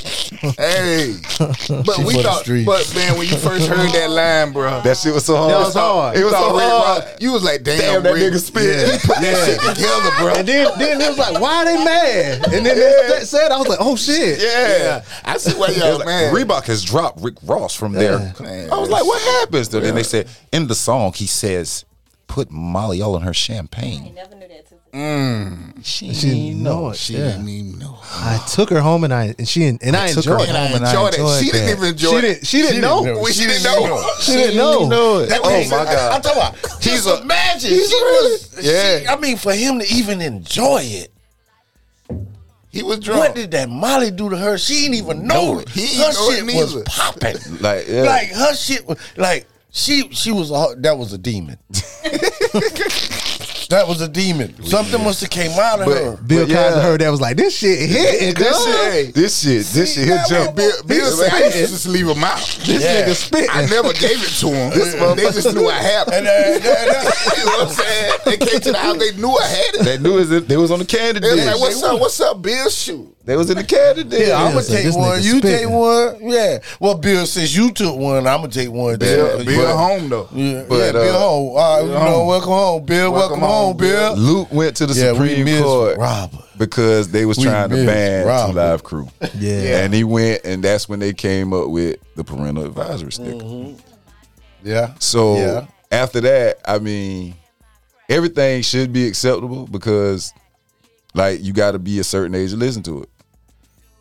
Hey. Hey. But we for the thought streets. but man, when you first heard that line, bro. That shit was so hard. That was hard. It was so Rick hard. Ross- you was like, damn, Damn, that Rick. nigga spit. He put that shit together, bro. and then then it was like why they mad and then that said I was like oh shit Yeah. yeah. I see why It y'all was like, man. Reebok has dropped Rick Ross from there. Man, I was like, what happens? though? Then they said in the song he says, "Put Molly all in her champagne." Never knew that. Till She, She didn't know it. she yeah. didn't even know. I took her home and I and she and, and I, took her enjoyed home it. and I Enjoyed it. She that. didn't even enjoy She it. didn't. She didn't didn't know. She, didn't know. She didn't know. That oh was- my god! I'm talking about. He's a, imagine. she was. She, I mean, for him to even enjoy it, He was drunk. what did that Molly do to her? She didn't even know it. He her didn't know it shit was neither. popping. Like, yeah. like her shit was like she she was a, that was a demon. that was a demon. Something must have came out of her. Bill But Cosby yeah. heard that was like this shit this hitting. cuz." shit, this shit, this shit hit jump. Bill, He Bill said, I said- used to just leave him out. This Yeah. nigga spitting. I never gave it to him. they just knew I had it. And, uh, and, uh, you know what I'm saying? They came to the house, they knew I had it. They knew is it, they was on the candy They was dish. like, what's up? What's up, Bill? Shoot. They was in the candy dish. Yeah, I'm Yeah, gonna so take this one. nigga You take spitting. one. Yeah. Well, Bill, since you took one, I'm gonna take one. Bill, too. Bill But- home, though. Yeah, But, yeah, Bill uh, home. All right, you know, home. welcome home, Bill. Welcome, Welcome home, home, Bill. Luke went to the Yeah, we Supreme miss Court Robert. because they was We trying to miss ban Two Robert. Live Crew. Yeah. and he went, and that's when they came up with the parental advisory sticker. Yeah. So Yeah. after that, I mean, everything should be acceptable because, like, you got to be a certain age to listen to it.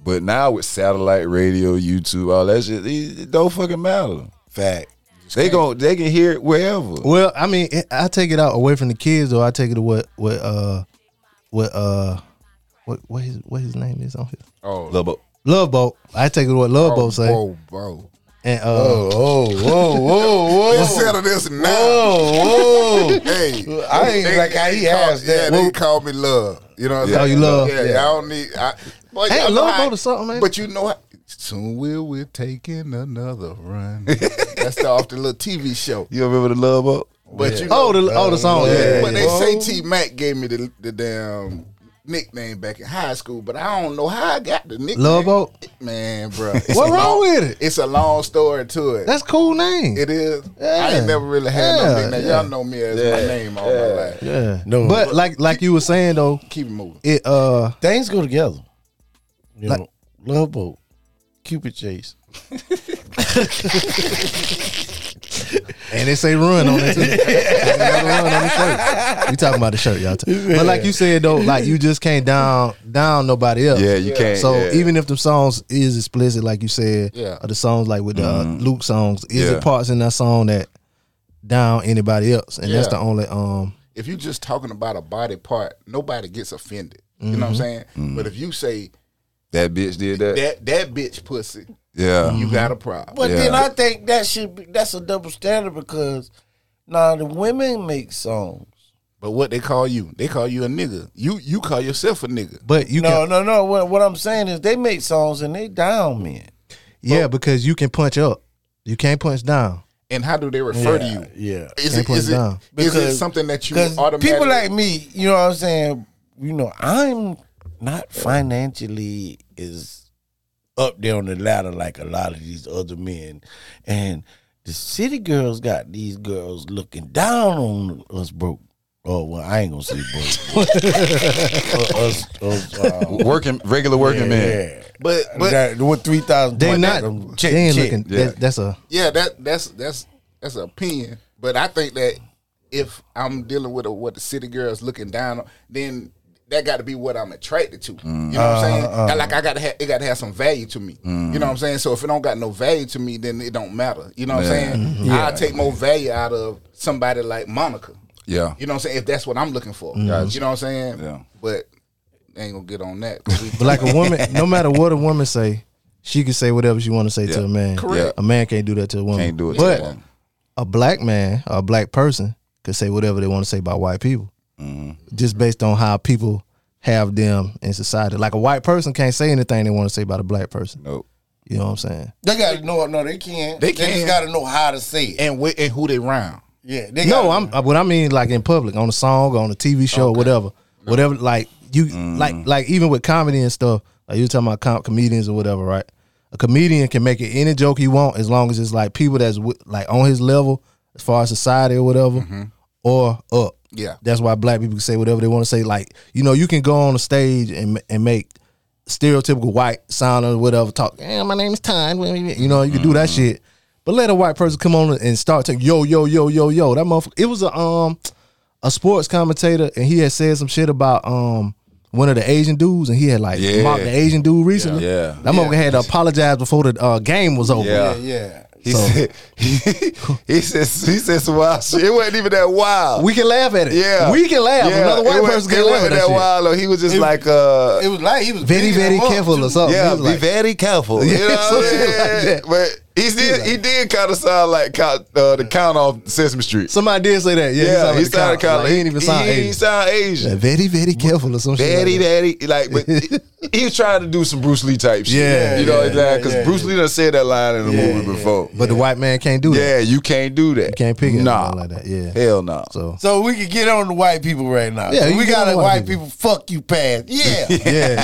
But now with satellite radio, YouTube, all that shit, it, it don't fucking matter. Fact. They gon' they can hear it wherever. Well, I mean, it- I take it out away from the kids, or I take it to what what uh what uh what what his what his name is on here. Lil Bo. Love boat. I take it to what Love boat say. Oh, Whoa, whoa. And uh, Oh, whoa, whoa, You whoa. settle this now. Whoa, whoa. Hey. I ain't like how he they call- asked that. Yeah, they call me love. You know what I'm Call saying? you love. Yeah, yeah. I don't need. I, but Ain't y'all know love how- boat or something, man? But you know, how- Soon will we're taking another run. That's the off the little TV show. You remember the love up? But you know, Oh, the oh the song. Yeah. but they say T Mac gave me the, the damn nickname back in high school, but I don't know how I got the nickname. Love Boat? man, bro. What wrong with it? It's a long story to it. That's cool name. it is. I Yeah. ain't never really had Yeah, no nickname. Y'all know me as my name all my life. yeah. No. But like like you were saying though, Keep it moving. it uh Things go together. You Like- know, love boat, Cupid chase. and they say run on it too. There's another run on the shirt. We talking about the shirt, y'all. But like you said though, like you just can't down down nobody else. Yeah, you can't. So yeah. even if the songs is explicit, like you said, Yeah. or the songs like with the uh, Luke songs, is Yeah. it parts in that song that down anybody else? And that's Yeah. the only um if you just talking about a body part, nobody gets offended. You know what I'm Mm-hmm. saying? But if you say that bitch did that, that that bitch pussy, yeah, you got a problem. But Yeah. then I think that should be that's a double standard because now the women make songs. But what they call you? They call you a nigga. You you call yourself a nigga. but you No, can no, no. What, what I'm saying is they make songs and they down men. yeah, because you can punch up. You can't punch down. And how do they refer to you? Yeah. Is They it put is it it, down. is it Because- something that you Because automatically people like me, you know what I'm saying? You know, I'm not financially is up there on the ladder like a lot of these other men. And the city girls got these girls looking down on us broke. Oh well, I ain't gonna say broke. Uh, us, us, uh, working regular working man. yeah. But but That- what three thousand? They not check, they ain't check. looking Yeah. that, that's a yeah, that that's that's that's an opinion. But I think that if I'm dealing with a, what the city girls looking down on, then that got to be what I'm attracted to. You know what I'm saying? Mm. I- like I got to have it got to have some value to me. You know what I'm Mm. saying? So if it don't got no value to me, then it don't matter. You know what Yeah. I'm Mm-hmm. saying? I'll take more value out of somebody like Monica. Yeah, You know what I'm saying? If that's what I'm looking for, Mm. you know what I'm saying? Yeah. But ain't gonna get on that. but like a woman, no matter what a woman say, she can say whatever she want to say to Yeah. a man. Correct. A man can't do that to a woman. can't do it. to But a woman. a black man or a black person could say whatever they want to say about white people, just based on how people have them in society. Like a white person can't say anything they want to say about a black person. Nope. You know what I'm saying? They gotta know. No, they can't. They They, just can. gotta know how to say it. and wh- and who they round? Yeah. They No, gotta- I'm uh, what I mean like in public, on a song, on a TV show, whatever, whatever. Like you, like like even with comedy and stuff. Like you were talking about com- comedians or whatever, right? A comedian can make it any joke he want as long as it's like people that's wi- like on his level as far as society or whatever, or up. Yeah. that's why black people can say whatever they want to say. Like you know, you can go on the stage and ma- and make stereotypical white sound or whatever talk. Yeah, my name is Tyne. You know, you can do that Mm-hmm. shit. But let a white person come on and start taking yo yo yo yo yo. That motherfucker. It was a um a sports commentator and he had said some shit about um one of the Asian dudes and he had like Yeah. mocked the Asian dude recently. Yeah. that motherfucker had to apologize before the uh, game was over. Yeah. Yeah. He said he, he said he said some wild shit. It wasn't even that wild. We can laugh at it. yeah, we can laugh. Yeah. Another white it wa- person it can laugh at wasn't that that shit. wild. Though. He was just like, uh, It was like he was Very beating very them up, careful or too. something. He yeah, was be like- very careful. You know what I'm something like saying? that. But he did he did kind of sound like co- uh, the count off Sesame Street. Somebody did say that. Yeah, Yeah, he like a cop. sounded kind of Like, he didn't even sound he didn't Asian. sound Asian. Yeah, very, very careful or some shit. Daddy, like that. daddy, like, but he was trying to do some Bruce Lee type shit. Yeah, you know, yeah, because yeah, yeah, yeah. Bruce Lee done said that line in the movie before. But the white man can't do that. yeah, you can't do that. You Can't pick it Nah, up like that. Yeah. hell no. So So we could get on the white people right now. Yeah, Yeah, you we can got get to on white white people. Fuck you, past. Yeah. yeah,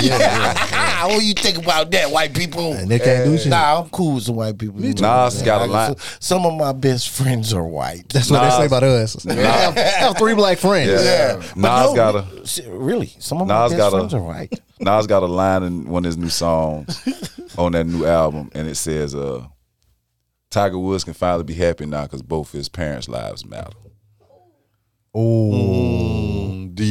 yeah. what you think about that, white people? And they can't do shit. Nah, I'm cool with some white people. You know Nas what I'm got saying? a lot. Some of my best friends are white. That's what they say about us. I have, have three black friends. Yeah. But Nas no, got a re- really. Some of Nas my got best a- friends are white. Nas got a line in one of his new songs on that new album, and it says, "Uh, Tiger Woods can finally be happy now because both his parents' lives matter."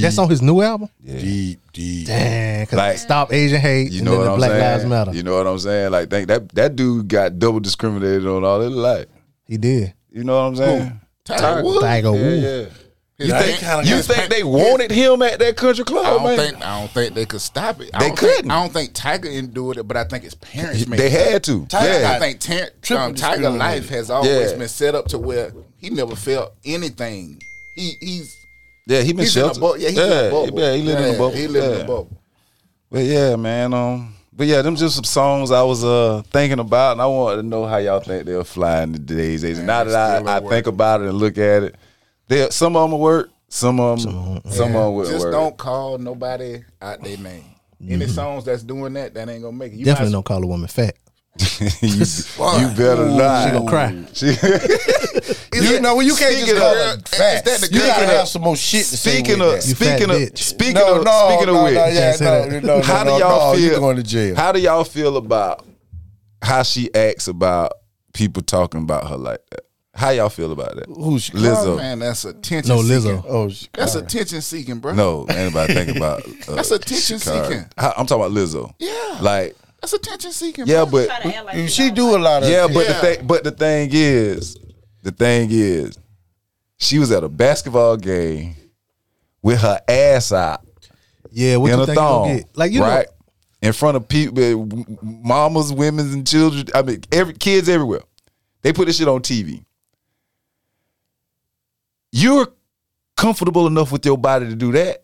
That's on his new album. Deep, deep. Dang, cause Like- stop Asian hate. You and know then what the I'm Black saying? Lives Matter. You know what I'm saying? Like, think that that dude got double discriminated on all his life. He did. You know what I'm saying? Tiger Woods. Tiger Woods. You think- You think they wanted him at that country I club, don't man? think I don't think they could stop it. I They don't think- couldn't. I don't think Tiger endured it, but I think his parents made they it. had to. Tiger, yeah. I think Ter- Triple um, Tiger discriminated. life has always Yeah. been set up to where he never felt anything. He he's yeah, he been he's in a sheltered. bubble. Yeah, he's in a bubble. yeah, he lived in a Yeah, bubble. He lived in Yeah. a bubble. But yeah, man, um, But yeah, them just some songs I was uh thinking about, and I wanted to know how y'all think they'll fly in the days. days. now they that still I, I at work. think about it and look at it, they some of them will work, some of them, some of them will Just work. don't call nobody out their name. Any songs that's doing that, that ain't gonna make it. You Definitely might don't call a woman fat. you, you better not. She gonna cry. You know, well, you can't just Speaking call of- her fat. is that the You gotta kind of- have some more shit to say Speaking with of that. You speaking fat of bitch. speaking no, of no, speaking no, of no, which, yeah, say no, that. no, no, how do no, y'all no, feel? You going to jail? How do y'all feel about how she acts about people talking about her like that? How y'all feel about that? Who's Oh, Lizzo? man, that's attention. No, seeking. Lizzo. Oh, she, That's attention seeking, bro. No, anybody think about uh, That's attention Shakira. seeking. How- I'm talking about Lizzo. Yeah. Like, That's attention seeking. yeah, bro. but If Mm, she do a lot of yeah, but the Yeah. thing, but the thing is, the thing is, she was at a basketball game with her ass out Yeah, what in you a think you thong, get? Like you right in front of people, eh, mamas, women, and children. I mean, every kids everywhere. They put this shit on TV. You're comfortable enough with your body to do that.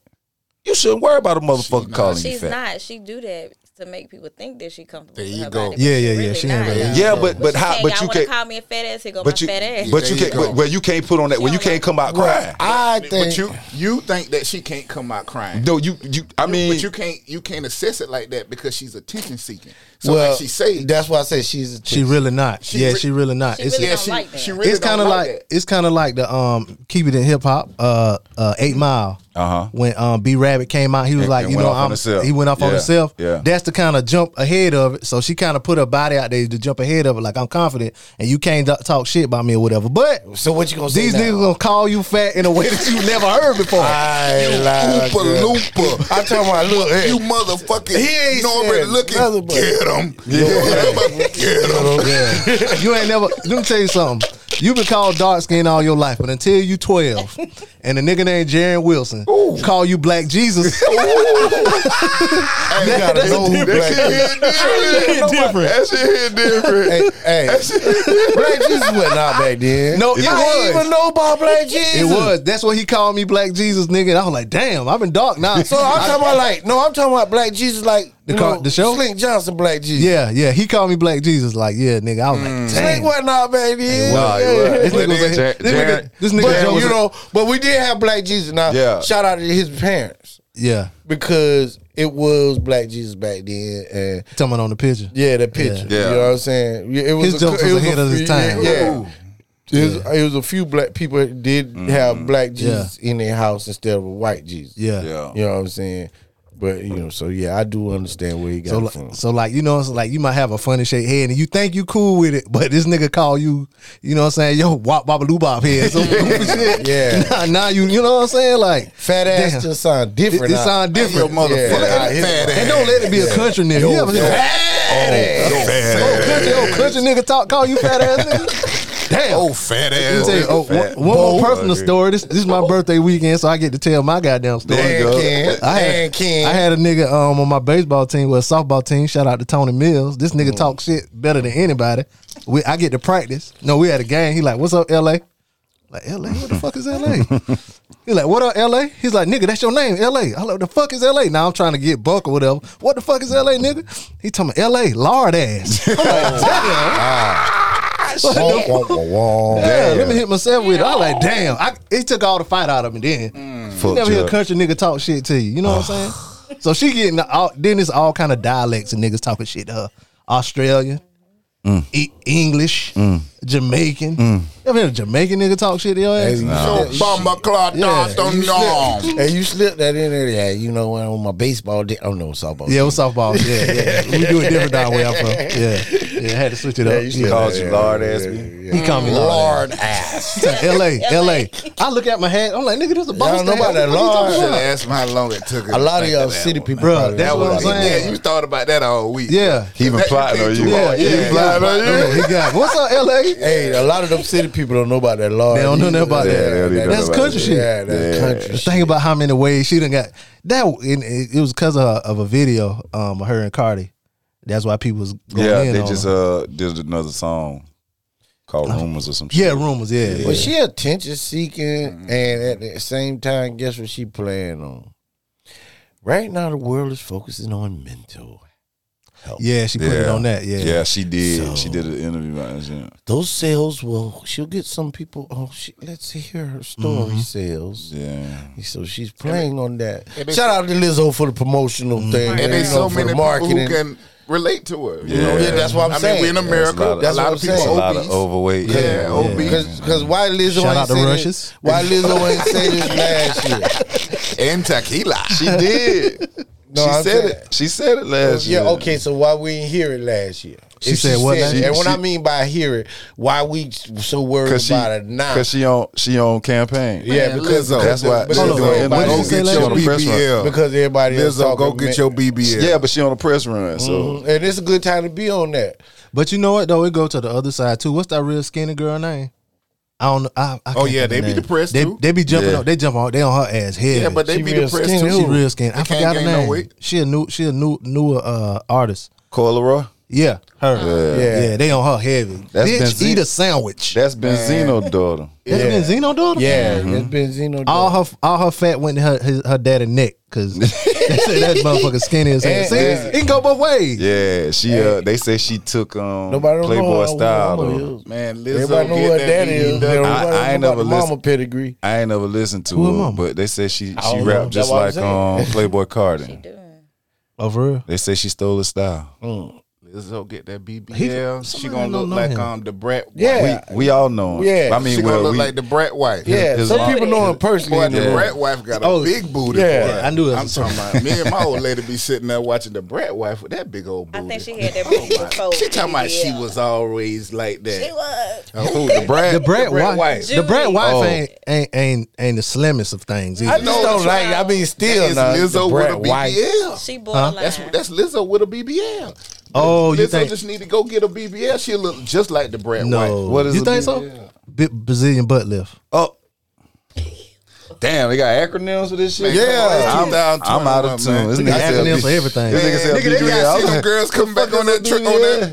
You shouldn't worry about a motherfucker calling you She's fat. not. She do that to make people think that she comfortable. There with you her go. Body, Yeah, but yeah, yeah. really She ain't not. really- Yeah, but but She how? ain't, But y'all you wanna can't. call me a fat ass? Here go But my you, fat but ass. you There you can't. But, go. well, you can't put on that. Well, you can't come out crying. I think But you you think that she can't come out crying. No, you. You. I mean, but you can't you can't assess it like that because she's attention seeking. So like she say, that's why I say she's a She really not. She yeah, re- she really not. She it's really yeah, don't she like that. she really it's kind of like, that. it's kind of like the um keep it in hip hop uh uh eight mile Uh-huh. when um B Rabbit came out he was And- like and you went know off on I'm himself. he went off on Yeah, himself yeah. that's the kind of jump ahead of it so she kind of put her body out there to jump ahead of it like I'm confident and you can't do- talk shit about me or whatever but So what you gonna say these now? niggas gonna call you fat in a way that you never heard before I lied. girl. looper. I told my look, hey, you motherfucking He ain't Norbert said looking. nothing but- Get him. Get him. Yeah. you ain't never. Let me tell you something. You've been called dark skin all your life, but until you twelve, and a nigga named Jaron Wilson call you Black Jesus, you gotta know who black is. That shit hit different. Hey, hey, Black Jesus wasn't out back then. No, it I didn't was. even know about Black Jesus. it was. That's what he called me, Black Jesus, nigga. And I was like, damn, I've been dark now. So I'm talking about like, no, I'm talking about Black Jesus, like The you car- know, the show? Slink Johnson, Black Jesus. yeah, yeah. He called me Black Jesus. Like, yeah, nigga. I was like, Slink damn. wasn't out back then. Nah, it Yeah. wasn't. This But nigga was then a- this Jar- nigga- this Jar- nigga- Jar But was you a- know, but we did have Black Jesus. Now, Yeah. shout out to his parents Yeah. because it was Black Jesus back then, and Coming on the picture. yeah, the picture. Yeah. You know what I'm saying? Yeah, It was His jokes cou- was it ahead a of his few- time. Yeah. It was, it was a few black people that did Mm-hmm. have black Jesus in their house instead of a white Jesus. Yeah. Yeah. You know what I'm saying? But you know, so yeah, I do understand where he got So it like, from. so like you know, it's like you might have a funny shaped head and you think you cool with it, but this nigga call you, you know what I'm saying? Yo, wop baba loobop head, some goofy shit. Yeah. Now, now you, you know what I'm saying? Like Fat ass damn. just sound different. It- it now. sound different. Yeah, Motherfucker, I hear fat that. and don't let it be a country nigga. You ever hear oh, country, oh, country nigga talk call you fat ass nigga? Damn. Oh, fat Let me ass. tell you, oh, fat one, one more boy. personal story. This, this is my birthday weekend, so I get to tell my goddamn story. There you go. Ken. I And had, Ken. I had a nigga um, on my baseball team, well, softball team. Shout out to Tony Mills. This Mm. nigga talk shit better than anybody. We, I get to practice. No, we had a game. He like, what's up, LA? Like, LA? What the fuck is LA? He like, what up, LA? He's like, nigga, that's your name, LA. I like, the fuck is LA? Now I'm trying to get buck or whatever. What the fuck is LA, nigga? He talking about LA, lard ass. I'm like, damn. Wah, wah, wah, wah. Yeah, let me hit myself with it. I like, damn. I, it took all the fight out of me then. Mm. You Fuck never hear a Jar- country nigga talk shit to you. You know what I'm saying? So she getting all then it's all kind of dialects and niggas talking shit to her. Australian, Mm. E- English, Jamaican. You ever hear a Jamaican nigga talk shit to your ass? Hey, Oh, you slip- Bumba Clark Yeah. Don't know. Hey, you slipped that in there. Yeah, you know, when on my baseball day. Oh, no, softball. Yeah, it was softball. Yeah, yeah. we do it different down where I'm from. Yeah. Yeah, I had to switch it up. He Yeah. called you lard ass. He called me Lord. Lord ass. LA, LA. I look at my head. I'm like, nigga, this a boss. know about that lard. Should ask me how long it took. her A to lot of think y'all of that city one. people. Bruh, probably that's know what I'm about saying. Yeah, you thought about that all week. Yeah. He been That you plotting think on too you. Yeah, hard. yeah, He yeah. plotting on you. Yeah, he got. What's up, LA? Hey, a lot of them city people don't know about that law. They don't know nothing about that. Yeah, they don't know That's about country that. shit. Yeah, that's country shit. Think about how many ways she done got that. And it, it was because of, her- of a video, um, of her and Cardi. That's why people was going Yeah, in they on just her. uh did another song called Rumors or some shit. yeah, rumors. Yeah, But she attention seeking, and at the same time, guess what she playing on? Right now, the world is focusing on mental help. Yeah, she put it on that. Yeah. yeah, she did. So- she did an interview. About it. Those sales will. She'll get some people. Oh, she, let's hear her Mm-hmm. story sales. Yeah, So she's playing on that. they- Shout out to Lizzo for the promotional Mm-hmm. thing. And you there's know, so for many the people marketing. who can relate to her. Yeah. know? Yeah, that's what I'm I saying. mean, we in That's America. lot of- a that's lot what of I'm people a saying. lot obese. of overweight. Yeah, obese. Because because why Lizzo Shout ain't out to say Russius. This, why Lizzo ain't say this last year? and tequila. She did. No, she I'm said saying- it. She said it last Yeah, year. okay. So why we didn't hear it last year? She said what last it, year? And what She- I mean by hear it, why we so worried Cause she, about it now? cause she on, she on campaign. yeah, because Lizzo. That's why But she hold doing on, interviews. but Go she said get last you on the year- press run. because everybody else Lizzo, go talking, man. get your BBL. Yeah, but she on the press run. So Mhm. And it's a good time to be on that. But you know what though? It go to the other side too. What's that real skinny girl name? I don't. know. I, I Oh, can't yeah, think of they her be name. depressed, they, too. They be jumping Yeah. on. They jump on. They on her ass head. Yeah, but they She be real depressed skinny. she Who? too. real skinny. I They can't forgot her gain no name. weight. she a new. She a new newer uh, artist. Coyle Roy, Yeah, her. Yeah. yeah. They on her heavy. That's Bitch, Benzino. eat a sandwich. that's Benzino's daughter. That's Yeah. Benzino daughter. Yeah, it's Benzino. Mm-hmm. All her all her fat went to her his, her daddy neck because that motherfucker skinny as hell. And- See, and- it can go both ways. Yeah, she. Uh, they say she took um Nobody don't know Playboy how- style. who though. is. Man, Lizzo Everybody know get what that that BBL. is. Everybody I- know I ain't about never the mama listened. pedigree. I ain't never listened to Who her her, mama? but they say she I don't she know. rapped That's just what I'm like um Playboy Carden. doing. Oh, for real. They say she stole his style. Lizzo get that BBL. she somebody gonna don't look know like him. um the Brett. White. Yeah, We all know. him. Yeah, I mean, she gonna well, look we, like the Brat wife. yeah. his Some mom- people know him Boy, personally. the Yeah. Brat wife got a Oh, big booty. yeah. boy. Yeah, I knew it. I'm talking about me and my old lady be sitting there watching the Brat wife with that big old I booty. think she had that booty before. She talking about she BBL. was always like that. She was. Who, the Brad? The Brad The Brad wife, White. the Brad wife Oh. ain't, ain't ain't ain't the slimmest of things I just either. No, don't that's like. I mean, still, It's nah, Lizzo the with Brett a White. BBL. She borderline. That's that's Lizzo with a BBL. Oh, you Lizzo think just need to go get a BBL. She look just like the Brad no? What is you a think so? Bi- Brazilian butt lift. Oh. Damn, they got acronyms for this shit. Man, Yeah, come I'm, on, it's I'm out of 2021, tune. This nigga Got said acronyms for B- everything. This nigga Man, said nigga, they BBL. gotta see I'm them like, girls come back on that trip on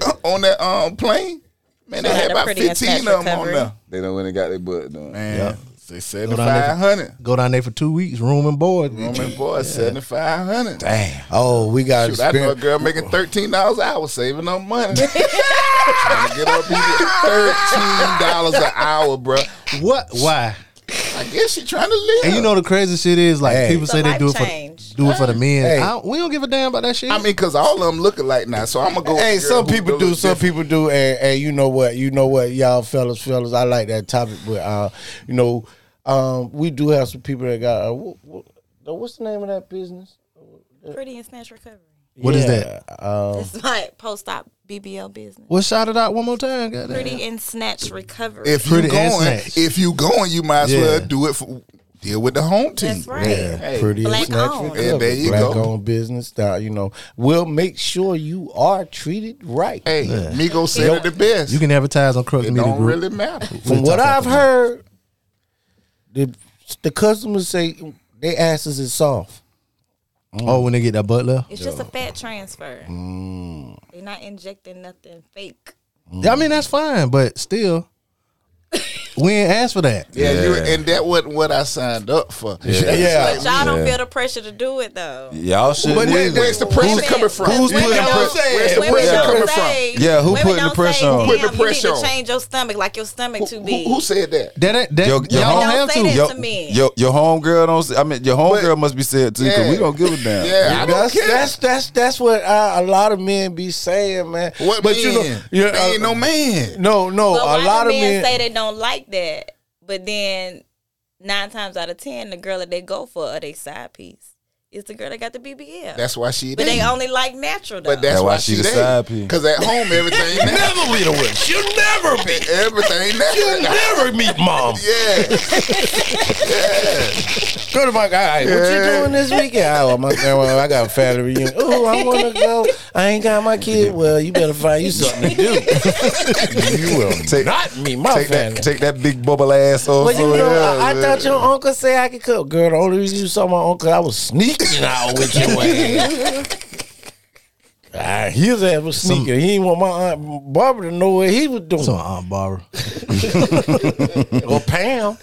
that on that um plane. Man, they They had had a about pretty ass fifteen fat of them on recovery. there. They done went and got their butt done. Man, they seventy Hold on, nigga. five hundred. Go down there for two weeks, room and board. Roman boy, seventy five hundred. Damn. Oh, we got Shoot, I know a experience. girl making thirteen dollars an hour, saving up money. Trying to get up, thirteen dollars an hour, bro. What? Why? I guess she trying to live. And you know the crazy shit is like Hey. people say It's a they do it life for change. do it for the men. Hey. I don't- we don't give a damn about that shit. I mean, cause all of them looking like now, so I'm gonna go. with Hey, the girl some who people look do, some different. people do, and, and you know what, you know what, y'all fellas, fellas, I like that topic, but uh, you know, um, we do have some people that got uh, wh- wh- what's the name of that business? pretty and snatch recovery. What is that? Oh. Um, It's like post op BBL business. well, shout it out one more time. Goddamn. Pretty and snatch recovery. If you Pretty and going, snatch. if you going, you might as Yeah. well do it for deal with the home team. That's right. Hey, pretty Black snatch owned. recovery, Yeah, there you black go. owned business style. You know, we'll make sure you are treated right. Hey, Migo said it the best. You can advertise on Crux it Media don't Group. really matter. From what talk I've heard, the the customers say they asses is soft. Oh, when they get that butt lift. it's just a fat transfer. They're not injecting nothing fake. I mean, that's fine, but still, we ain't asked for that. Yeah, You, and that wasn't what I signed up for. But y'all don't feel the pressure to do it though. Y'all should But where, leave it. where's the pressure Women- coming from? Who's Women putting don't the say- Where's pressure- the women pressure don't coming say- from? Yeah, who women putting the don't pressure say, on? Who "Damn, putting the pressure You on? need to change your stomach like your stomach too from? big. Who, who said that? That ain't- that Your- your y'all home- don't have Don't to. say Yo, that to me. yo, your homegirl don't. See, I mean, your homegirl But- must be said too because Yeah. we don't give a damn. Yeah, I don't That's, care. that's that's that's what uh, a lot of men be saying, man. what but man? you know, you know, They ain't no man. no, no, But why oh, a lot do of men, men. say they don't like that, but then nine times out of ten, the girl that they go for are they side piece. It's the girl that got the BBL. That's why she. but they there. only like natural though. But that's That's why, why she she the there. side piece. Cause at home everything never be the one. She'll never be. Everything never. Never meet mom. Yeah. Go to my guy. What you doing this weekend? Oh, my, well, I got a family reunion. Oh, I want to go. I ain't got my kid. Well, you better find you something to do. you will Take- not meet my Take family. that, take that big bubble ass off. But you somewhere know, I, I else. thought your uncle said I could cook. Girl, the only reason you saw my uncle, I was sneaking out with your ass. Ah, his ass was sneaking. he didn't want my aunt Barbara to know what he was doing. So, Aunt Barbara. or Pam.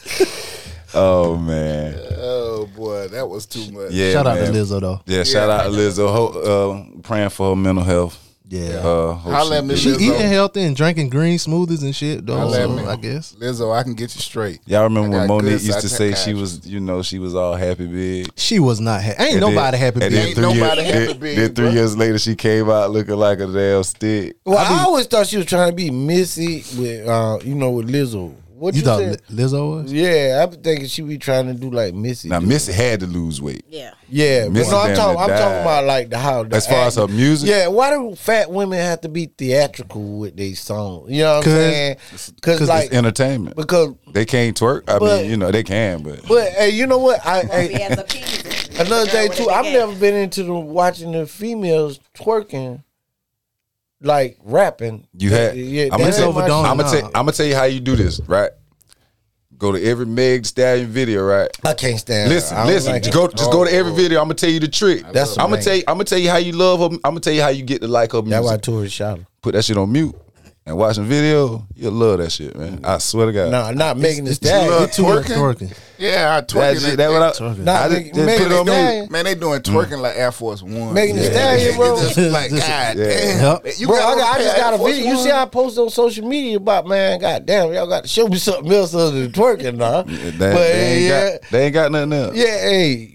Oh man, Oh boy, that was too much. yeah. Shout out to man. Lizzo though. Yeah, shout out to Lizzo. Ho- uh, praying for her mental health. Yeah. Uh, hope Holla she at me, did. She Lizzo. eating healthy and drinking green smoothies and shit though. Holla at so me. I guess. Lizzo, I can get you straight. Y'all remember I when got Monique good used to say she psychiatry. was, you know, she was all happy big. She was not happy. Ain't And then- nobody happy. and big. then Ain't three nobody years- happy then- big, Then three bruh. years later, she came out looking like a damn stick. Well, I, always thought she was trying to be Missy with, uh, you know, with Lizzo. What you, You thought said? Li- Lizzo was? yeah, I've been thinking she be trying to do like Missy. Now do. Missy had to lose weight. Yeah. yeah, but Missy no, I'm damn talking, near I'm died. talking about like the how the As far as her act- music, Yeah, why do fat women have to be theatrical with their songs? You know what I'm 'Cause- saying? Because it's like entertainment. because They can't twerk. I But- mean, you know, they can, but but hey, you know what? I, Won't be hey, as appeasing. another Girl, thing what too. they I've got. never been into the watching the females twerking, like rapping. you had. Yeah, I'm that gonna ain't tell, my- overdone. I'm gonna tell, Nah. I'm gonna tell you how you do this, right? Go to every Meg Thee Stallion video, right? I can't stand. her. Listen, I don't listen. like just her. go, just go to every video. I'm gonna tell you the trick. That's I'm what gonna I tell you. I'm gonna tell you how you love her. I'm gonna tell you how you get to like her music. That's why I tore his shoulder. Put that shit on mute and watch some video. You'll love that shit, man. I swear to God. Mm. Nah, not making this It's too dad. much twerking. Yeah, I twerking. That shit, that what I, Twerking. I Nah, just, nigga, just Megan put it Thee on mute. Stallion. Man, they doing twerking like Air Force One. Megan Thee yeah. Mm. Stallion, bro. It's just like, God damn. Yep. You Bro, gotta I, got, I repair just got Air a Force video. You One. see, I posted on social media about man. God damn, y'all got to show me something else other than twerking, nah. They, but they, ain't yeah, got, they ain't got nothing else. yeah, hey,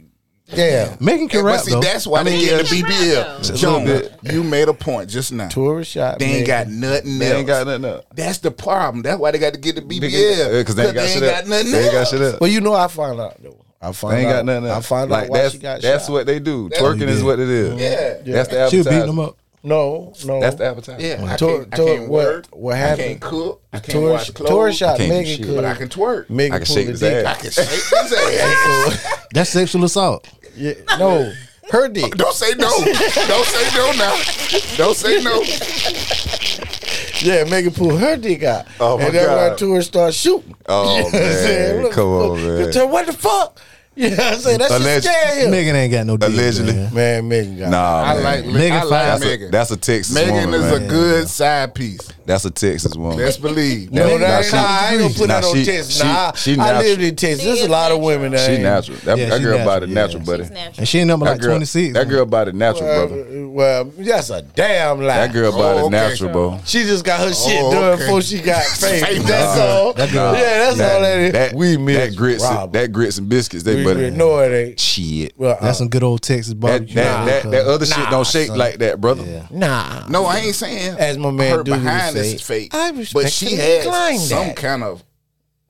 damn, Megan can But rap see, though. that's why they mean, get yeah. the Just a BBL. little Jonah, you made a point just now. tour shot. They ain't man. got nothing They else. ain't got nothing else. That's the problem. That's why they got to get the BBL. because they ain't got shit else. nothing They ain't got else. shit else. Well, you know, I found out though. I They found ain't out. got nothing I else. found like, out why that's, she got that's shot. what they do. Twerking is what it is. Yeah. That's the She'll beat appetizer. them up. No, no. That's the appetizer. Yeah, I Tour- can't, I tour- can't what- work. what I happened? can't cook. I can't Tour, wash clothes. tour shot. I can't do Megan shit. could. But I can twerk. Megan I can pulled shake the his dick. ass. I can shake his ass. That's sexual assault. Yeah, no, her dick. Don't say no. Don't say no now. Don't say no. Yeah, Megan pulled her dick out. Oh, my and that's when God. I tour started shooting. Oh, I'm saying? man. Look, Come on, man. Tell what the fuck? Yeah, I'm saying that Alleged- shit scared him. Megan ain't got no dick. Allegedly. man. Man, Megan got Nah, I man. like Megan I like fine. that's, Megan. A, that's a Texas Megan woman. is man. a good side piece. That's a Texas woman. Let's believe. No, Nah, that, she- nah, I ain't gonna put nah, that on she- Texas. she- Nah, she I natural. lived in Texas. There's a lot of women that she ain't. uh, natural. That, Yeah, that she girl about it natural, yeah. natural, buddy. It's natural. And she ain't number That like girl, twenty six. that girl about it natural, brother. Uh, well, that's a damn lie. That girl about Oh, it okay. natural, bro. She just got her shit Oh, done okay. before she got famous. Famous. that's all. Nah, yeah, that's all that is. we miss that grits, Robert. that grits and biscuits. They We- but we- no, it ain't. shit. Well, That's uh, some good old Texas That barbecue. that, that, that other shit don't shake like that, brother. Yeah. nah. No, I ain't saying As my man her Dooley would behind say, is fake. I but she respectfully decline has some that. kind of.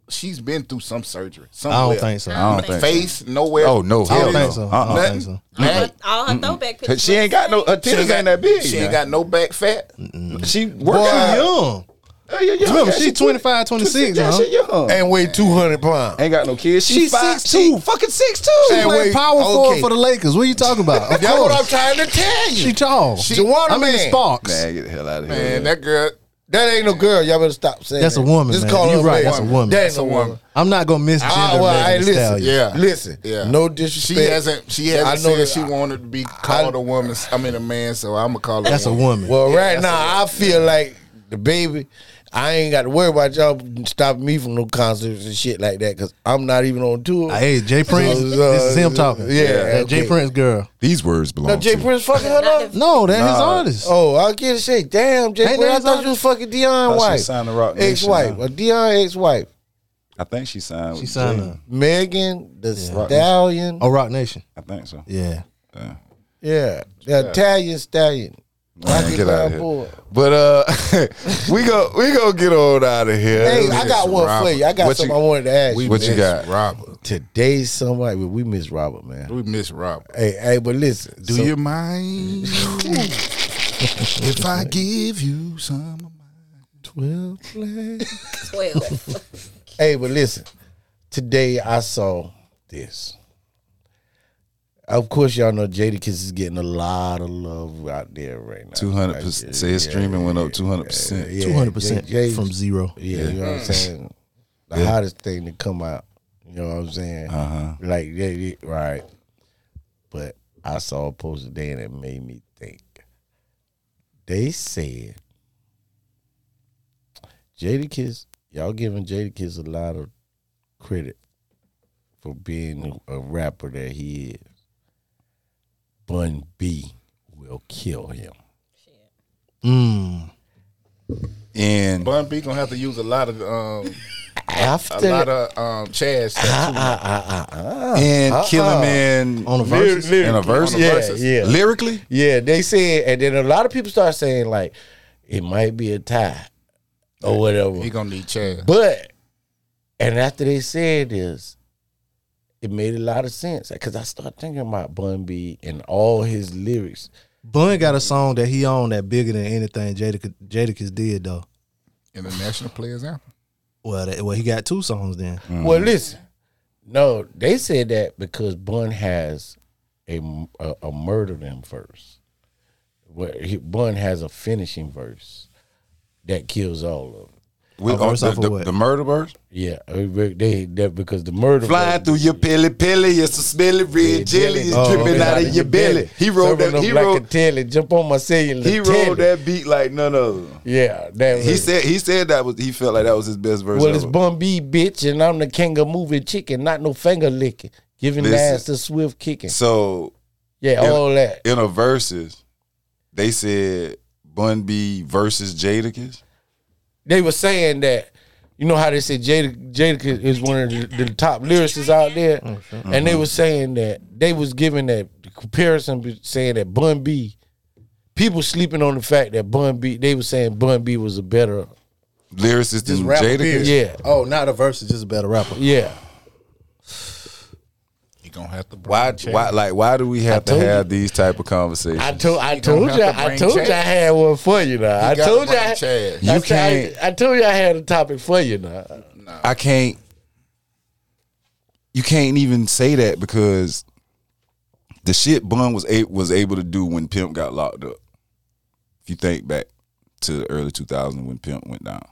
She's been through some surgery. I don't Somewhere. think so. I I don't think. Face nowhere. Oh no, don't hell no. think so. I Uh-uh. don't think so. Back. All her throwback pictures. She ain't got no her She ain't titties got ain't that big. She ain't got no back fat. She Boy, she working. young. Yeah, yeah, yeah. Remember, Yeah, she 25, 26, Yeah, huh? she young. And weigh 200 pounds. Ain't got no kids. She She's five 6'2". two, fucking six two. She And played wait, power okay. forward for the Lakers. What are you talking about? Of That's what I'm course. trying to tell you. She tall. She Wonder I mean, Man. Sparks. Man, get the hell out of here. Man, that girl. That ain't no girl. Y'all better stop saying That's a that. woman, Just man. call You her right, man. that's a woman. That ain't That's no a woman. woman. I'm not gonna misgender Ah, well, hey, Megan Thee listen. Stallion. Yeah. Listen, Yeah. no disrespect. She hasn't. She hasn't I know said that- she wanted to be called a woman. I mean, a man. So I'm gonna call her. That's a woman. woman. Well, right now I feel like the baby. I ain't got to worry about y'all stopping me from no concerts and shit like that because I'm not even on tour. Uh, hey, Jay Prince. So, uh, this is him talking. yeah, That Jay okay. Prince girl. These words belong no, Jay to. Prince fucking her up. No, that his artist. Oh, I'll get a shit. Damn, Jay Ain't Prince. I that thought his you was fucking Dion Thought she wife, signed to Roc Nation, ex-wife, huh? a Dion ex-wife, I think she signed. she with signed Jay. a Megan the Stallion. Oh Rock Nation. I think so. Yeah. Yeah. Yeah, the Italian Stallion. Man, Rocky get out of Balboa. here. But uh, we go we go get on out of here. Hey, I got one for you. I got What something you- I wanted to ask you. what you got? Robert. Today, somebody we miss Robert, man. We miss Robert. Hey, hey, but listen, Do you mind if I give you some of mine? twelve play? 12. Hey, but listen, today I saw this. Of course, y'all know Jada Kiss is getting a lot of love out there right now. Two hundred percent. Say his streaming went up two hundred percent. Two hundred percent Jay- Jay- from zero. Yeah, you know what I'm saying. The hottest thing to come out. You know what I'm saying? Uh Like yeah, yeah, right. But I saw a post today and it made me think. They said Jada Kiss, y'all giving Jada Kiss a lot of credit for being a rapper that he is. Bun B will kill him. And Bun B gonna have to use a lot of um, a After lot of um, Chaz stuff too. and Killer Man On a verse, verses? in a verse, On a yeah, verses. yeah, lyrically. yeah. They said, and then a lot of people start saying like, it might be a tie or whatever. He gonna need Chaz. But and after they said this, it made a lot of sense because I started thinking about Bun B and all his lyrics. Bun got a song that he owned that bigger than anything Jada Jadakiss did though. International players out. Well, that, well, he got two songs then. Well, listen, no, they said that because Bun has a a, a murder them verse. Where he, Bun has a finishing verse that kills all of them. With, A verse on off the, of the, what? the murder verse. Yeah, uh, they that because the murder Flying verse- through your pilly pilly, it's a smelly red jelly, Oh, it's dripping out of your belly. He Serving wrote that. them He like wrote. a telly. Jump on my cellular. He telly. wrote that beat like none other. Yeah, that He was- said. He said that was. He felt like that was his best verse. Well, it's ever. Bun B, bitch, and I'm the king of moving chicken, not no finger licking. Giving Listen. ass to swift kicking. so Yeah, Yeah. all that. in a verses, they said Bun B versus Jadakiss. They were saying that, you know how they say Jada, Jada is one of the, the top lyricists out there? And Mm-hmm. they were saying that, they was giving that comparison, be- saying that Bun B, people sleeping on the fact that Bun B, they were saying Bun B was a better, Lyricist is rapper Jadakiss. yeah, Oh, not a verse is just a better rapper. yeah. He gonna have to. Why? Why? Like, why do we have to told have these type of I conversations? told I gonna told have you to I bring told you I Chad. had one for you now. I gotta told you I, bring had- Chad. I, You said- I- can't- I, told you I had a topic for you now. I can't. You can't even say that because the shit Bun was a, was able to do when Pimp got locked up. If you think back to the early 2000 when Pimp went down,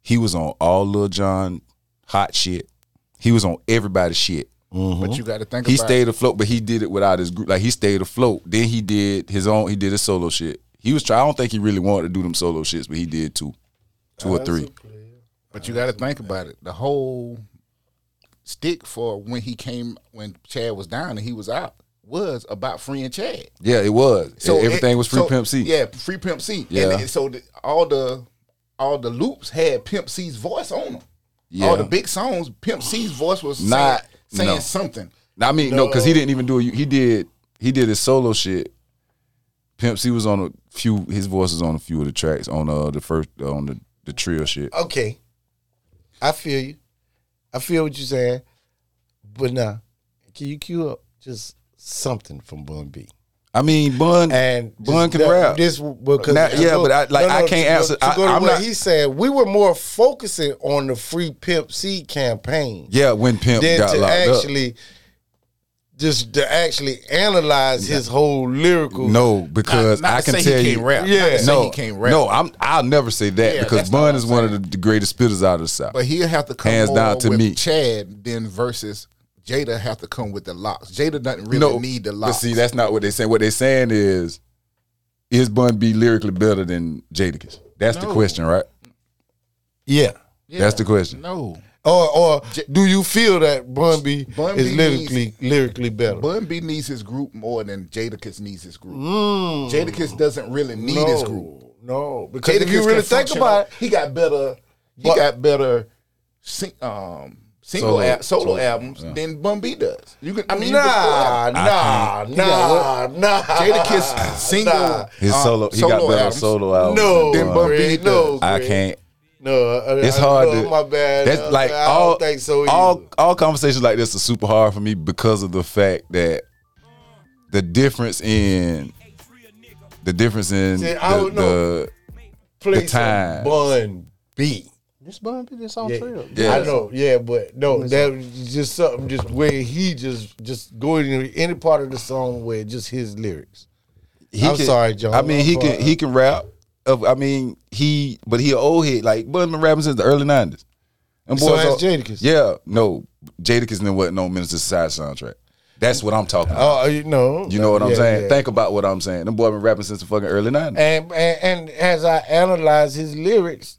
he was on all Lil John hot shit. He was on everybody's shit. Mm-hmm. But you got to think He about stayed afloat, but he did it without his group. Like he stayed afloat. Then he did his own. He did his solo shit. He was trying. I don't think he really wanted to do them solo shits, but he did two, two Uh, or three. But you got to think about it. The whole stick for when he came, when Chad was down and he was out, was about freeing Chad. Yeah, it was. So it- everything was free so- pimp C. Yeah, free Pimp C. Yeah. And, and so the, all the all the loops had Pimp C's voice on them. Yeah. All the big songs, Pimp C's voice was Not- saying, saying no. something. I mean, no, because he didn't even do it. He did. He did his solo shit. Pimp C was on a few. His voice was on a few of the tracks on uh the first on the the trio shit. Okay. I feel you. I feel what you're saying. But now, Can you cue up just something from Bun B? I mean, Bun And Bun just can that- rap. This because Now- yeah, look, but I- like, I can't to go- answer- To I- go to I'm what not- he said, we were more focusing on the free pimp C campaign yeah, when Pimp than got to locked up. actually just to actually analyze his whole lyrical. No, because Not I to can say tell he you. can't rap. Not to Yeah. say No, he can't rap. no, I'm. I'll never say that Yeah, because that's not Bun what is I'm one of the greatest spitters out of the South. But he'll have to come Hands more down to with me. Chad then versus Jada have to come with the locks. Jada doesn't really need the But locks. see, that's not what they're saying. What they're saying is, is Bun B lyrically better than Jadakiss? That's the No. question, right? Yeah. Yeah. That's the question. no. Or or do you feel that Bun B Bun is B lyrically lyrically better? Bun B needs his group more than Jadakiss needs his group. Jadakiss doesn't really need his group. No, Mm. because Jadakiss if you can really think function about on- it, he got better. He But- got better sing, um, single Solo- solo, al- solo, solo, albums than Bun B does. You can, I mean, nah, nah, nah, nah. Jadakiss single His uh, solo, he got better albums solo album. No, than Then Oh, Bun Bun B B. does. I can't. No, I, It's I- hard no, to. My bad. That's I- like I all. don't think so. all either. all conversations like this are super hard for me because of the fact that the difference in the difference in See, I the, don't know. the Play the some times. uh, Bun B. This Bun B, this on Yeah. trip. Yeah. I know, yeah, but no, that was just something just where he just just going into any part of the song where just his lyrics. he I'm can- sorry, John. I mean, I'm he can sorry. he can rap. Of I mean, he but he an old head. Like Bud been rapping since the early nineties. And So has are- Jadakiss. Yeah, no, Jadakiss then wasn't on Minister Society soundtrack. That's what I'm talking about. Oh, you know, you know what I'm yeah, saying? yeah. Think about what I'm saying. Them boy been rapping since the fucking early nineties. and, and and as I analyze his lyrics,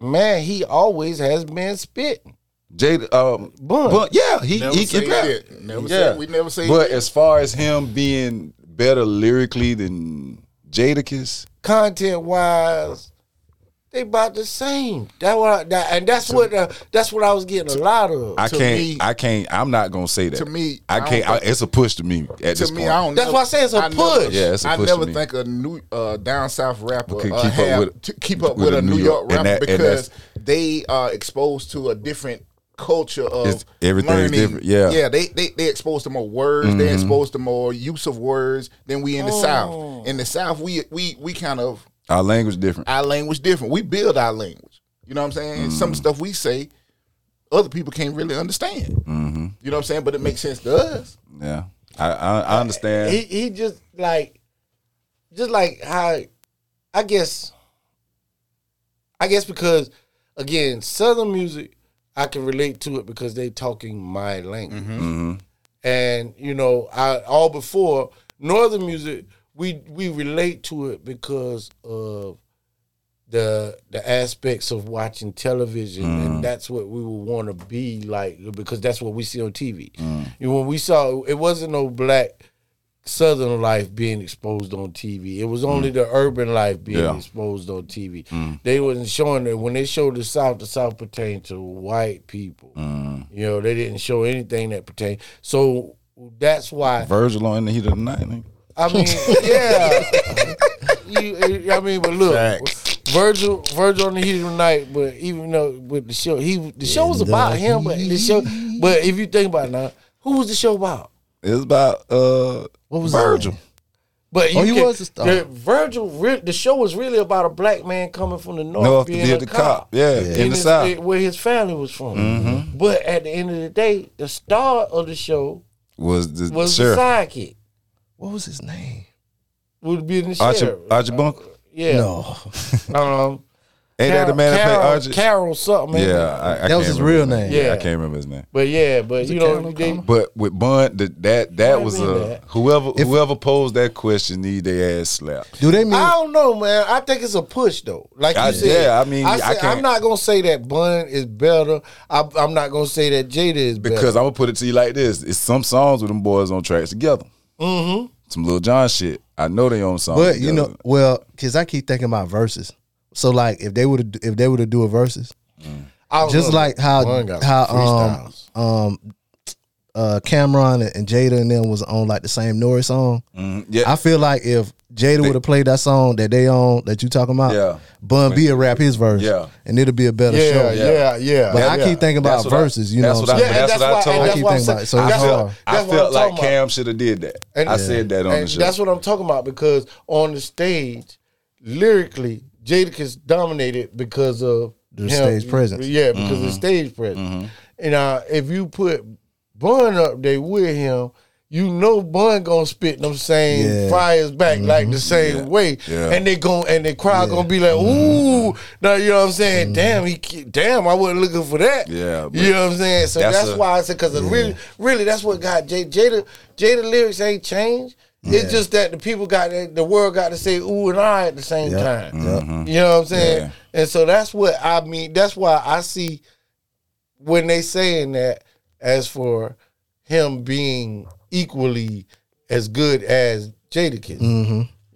man, he always has been spitting. Jada, um, Bun. Bun- yeah, he Never he say can rap. shit. Never yeah. say- we never say But shit. as far as him being better lyrically than Jadakiss, content wise, they about the same. That what I, that, and that's what uh, that's what I was getting a lot of. I To can't. me- I can't. I'm not gonna say that. to me, I I don't can't. I, think- it's a push to me at to this me, point. I don't. That's never- why I say it's a I never- push. Yeah, it's a I push to never me. think a new uh, down south rapper Could uh, keep up have with- to keep up with, a New York, and rapper that- and because that's- they are exposed to a different culture of It's- everything's learning. different, yeah. Mm-hmm. yeah. They they they exposed to more words. They're exposed to more use of words than we in the Oh. south. In the south, we we we kind of Our language different. our language different. We build our language. You know what I'm saying? Some Mm. stuff we say, other people can't really understand. Mm-hmm. You know what I'm saying? But it makes sense to us. yeah, I I, I understand. he he just like just like how I guess I guess because again southern music I can relate to it because they talking my language and you know I all before northern music we we relate to it because of the the aspects of watching television and that's what we would want to be like because that's what we see on TV. And when we saw it wasn't no black southern life being exposed on TV. It was only the urban life being Yeah. exposed on TV. Mm. They wasn't showing it when they showed the South, the South pertained to white people. Mm. You know, they didn't show anything that pertained. So that's why Virgil on in the heat of the night. nigga. I mean, yeah. you, I mean, but look, Virgil, Virgil on the heat of the night. But even though with the show, he the show was about him. But the show, but if you think about it now, who was the show about? It's about uh What was Virgil. But Oh, you he can- was the star. Virgil, re- the show was really about a black man coming from the north, North to Oh, being be a the cop. cop. Yeah, in the his- eh, south. Mm-hmm. where his family was from. But at the end of the day, the star of the show Was the was the sheriff sidekick. What was his name? Would be the Archie, sheriff. Archie Bunker? yeah. No, Um, Ain't that the man that played Archie? Carol something. ain't yeah, it? I, I that can't was his remember real name. Yeah. I can't remember his name. But yeah, but you know, they, But with Bun, th- that that was mean a that. whoever whoever posed that question need their ass slapped. Do they mean? I don't know, man. I think it's a push though. Like you I- said, yeah, I mean, I said, can't- I'm not gonna say that Bun is better. I, I'm not gonna say that Jada is better. Because I'm gonna put it to you like this: it's some songs with them boys on tracks together. Mm-hmm. Some Lil John shit. I know they on songs. but you know, together. well, because I keep thinking about verses. So like, if they would if they were to do a verses, I don't just know. like how Bun got how freestyles. um um uh Cameron and Jada and them was on like the same Nori song. Mhm. yeah, I feel like if Jada would have played that song that they on that you talking about, Yeah. Bun B will rap his verse, Yeah. and it'll be a better yeah, show. yeah, yeah, yeah. But I keep thinking That's about what I- verses. you know, that's what what I- I'm saying? that's and what I why- told and that's him. why I'm I keep thinking saying- about it, so that's it's what- hard. I that's what I'm felt like talking about. Cam should have did that. And- I said that on and the show. That's what I'm talking about because on the stage, lyrically, Jadakiss dominated because of The stage presence. Yeah, because Mm-hmm. of the stage presence. And uh, if you put Bun up there with him, you know Bun gonna spit them same Yeah. Mm-hmm. fires back like the same way, Yeah. and they gon' and the crowd gonna be like, ooh, Mm-hmm. now you know what I'm saying? Damn, he, ki- damn, I wasn't looking for that. Yeah, but you know what I'm saying? So that's that's, a- why I said because really, really, that's what got J- Jada. Jada lyrics ain't changed. It's just that the people got the world got to say ooh and I at the same time. You know what I'm saying? Yeah. And so that's what I mean. That's why I see when they saying that as for him being equally as good as Jada Kiss.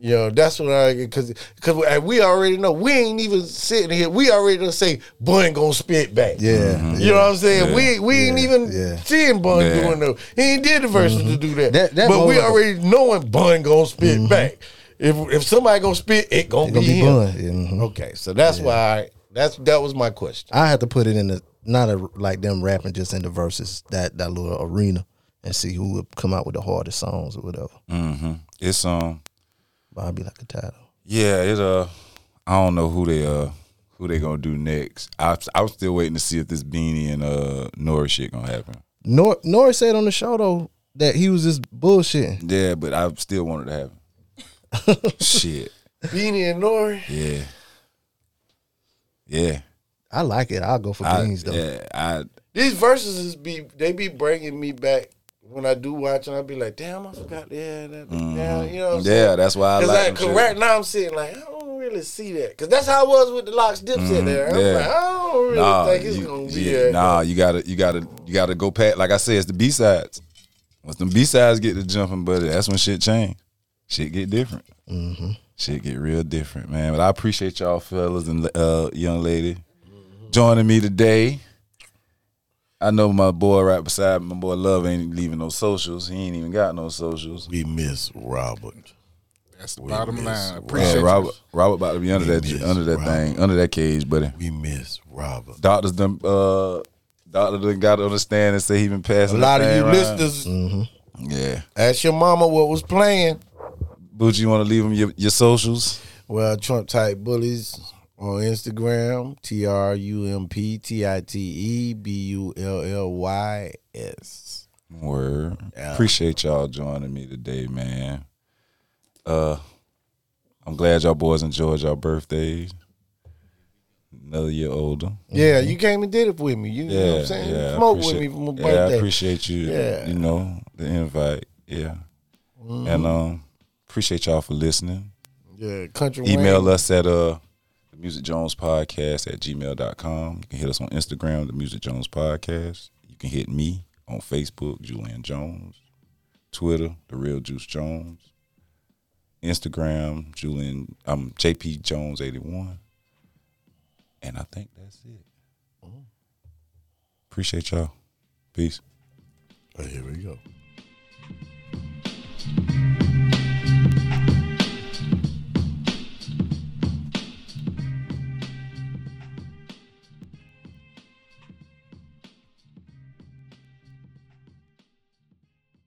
You know, that's what I because because we already know we ain't even sitting here. We already done say Bun gonna spit back. Yeah, Mm-hmm. You know what I'm saying? We we ain't even yeah. seeing Bun Yeah. Mm-hmm. doing no. He ain't did the verses to do that. That- that but more we like a- already knowing Bun gonna spit back. If if somebody gonna spit, it gonna, It's gonna be, be him. Bun. Yeah, mhm. Okay, so that's why I, that's that was my question. I have to put it in the not a, like them rapping just in the verses that that little arena and see who would come out with the hardest songs or whatever. Mm. it's um, But I'd be like a title. yeah, it uh, I don't know who they uh who they gonna do next. I I'm still waiting to see if this Beanie and uh Nori shit gonna happen. Nor Norris said on the show though that he was just bullshitting. Yeah, but I still wanted to have it. Shit. Beanie and Nori. Yeah. Yeah. I like it. I'll go for I, beans though. yeah, I These verses is be they be bringing me back when I do watch and I be like, damn, I forgot yeah, that, damn, you know what I'm saying? Mm-hmm. yeah, that's why I Cause like, like, them 'cause shit. right now I'm sitting like I don't really see that because that's how I was with the locks dip sit there. I'm Mm-hmm. yeah. like I don't really Nah, think it's you, gonna be yeah, that. nah, you gotta you gotta you gotta go pat like I said, it's the B sides. Mm-hmm. Once them B sides get to jumping, buddy, that's when shit change. Shit get different. shit get real different, man. But I appreciate y'all fellas and uh, young lady joining me today. I know my boy right beside me, my boy Love ain't leaving no socials. He ain't even got no socials. We miss Robert. That's the We bottom miss line. Rob. Appreciate Yeah, you. Robert, Robert about to be under We that miss under that Robert. thing, under that cage, buddy. We miss Robert. Doctors done uh doctor done got to understand and say he been A passing. lot the of thing you around. listeners, Yeah. ask your mama what was playing. Booch, you wanna leave him your, your socials? Well, Trump type bullies on Instagram, T R U M P T I T E B U L L Y S. Word. Yeah. Appreciate y'all joining me today, man. Uh I'm glad y'all boys enjoyed y'all birthdays. Another year older. Yeah, you came and did it with me. You Mm-hmm. Yeah, know what I'm saying? yeah. I Smoke with me appreciate- for my yeah, I birthday. appreciate you. Yeah. Mm-hmm. you know the invite. Yeah, and um, appreciate y'all for listening. Yeah, country Email Wayne. us at uh, the Music Jones Podcast at gmail.com. You can hit us on Instagram, the Music Jones Podcast. You can hit me on Facebook, Julian Jones. Twitter, the Real Juice Jones. Instagram, Julian. Um, JP Jones eighty one. And I think that's it. Appreciate y'all. Peace. Oh, here we go.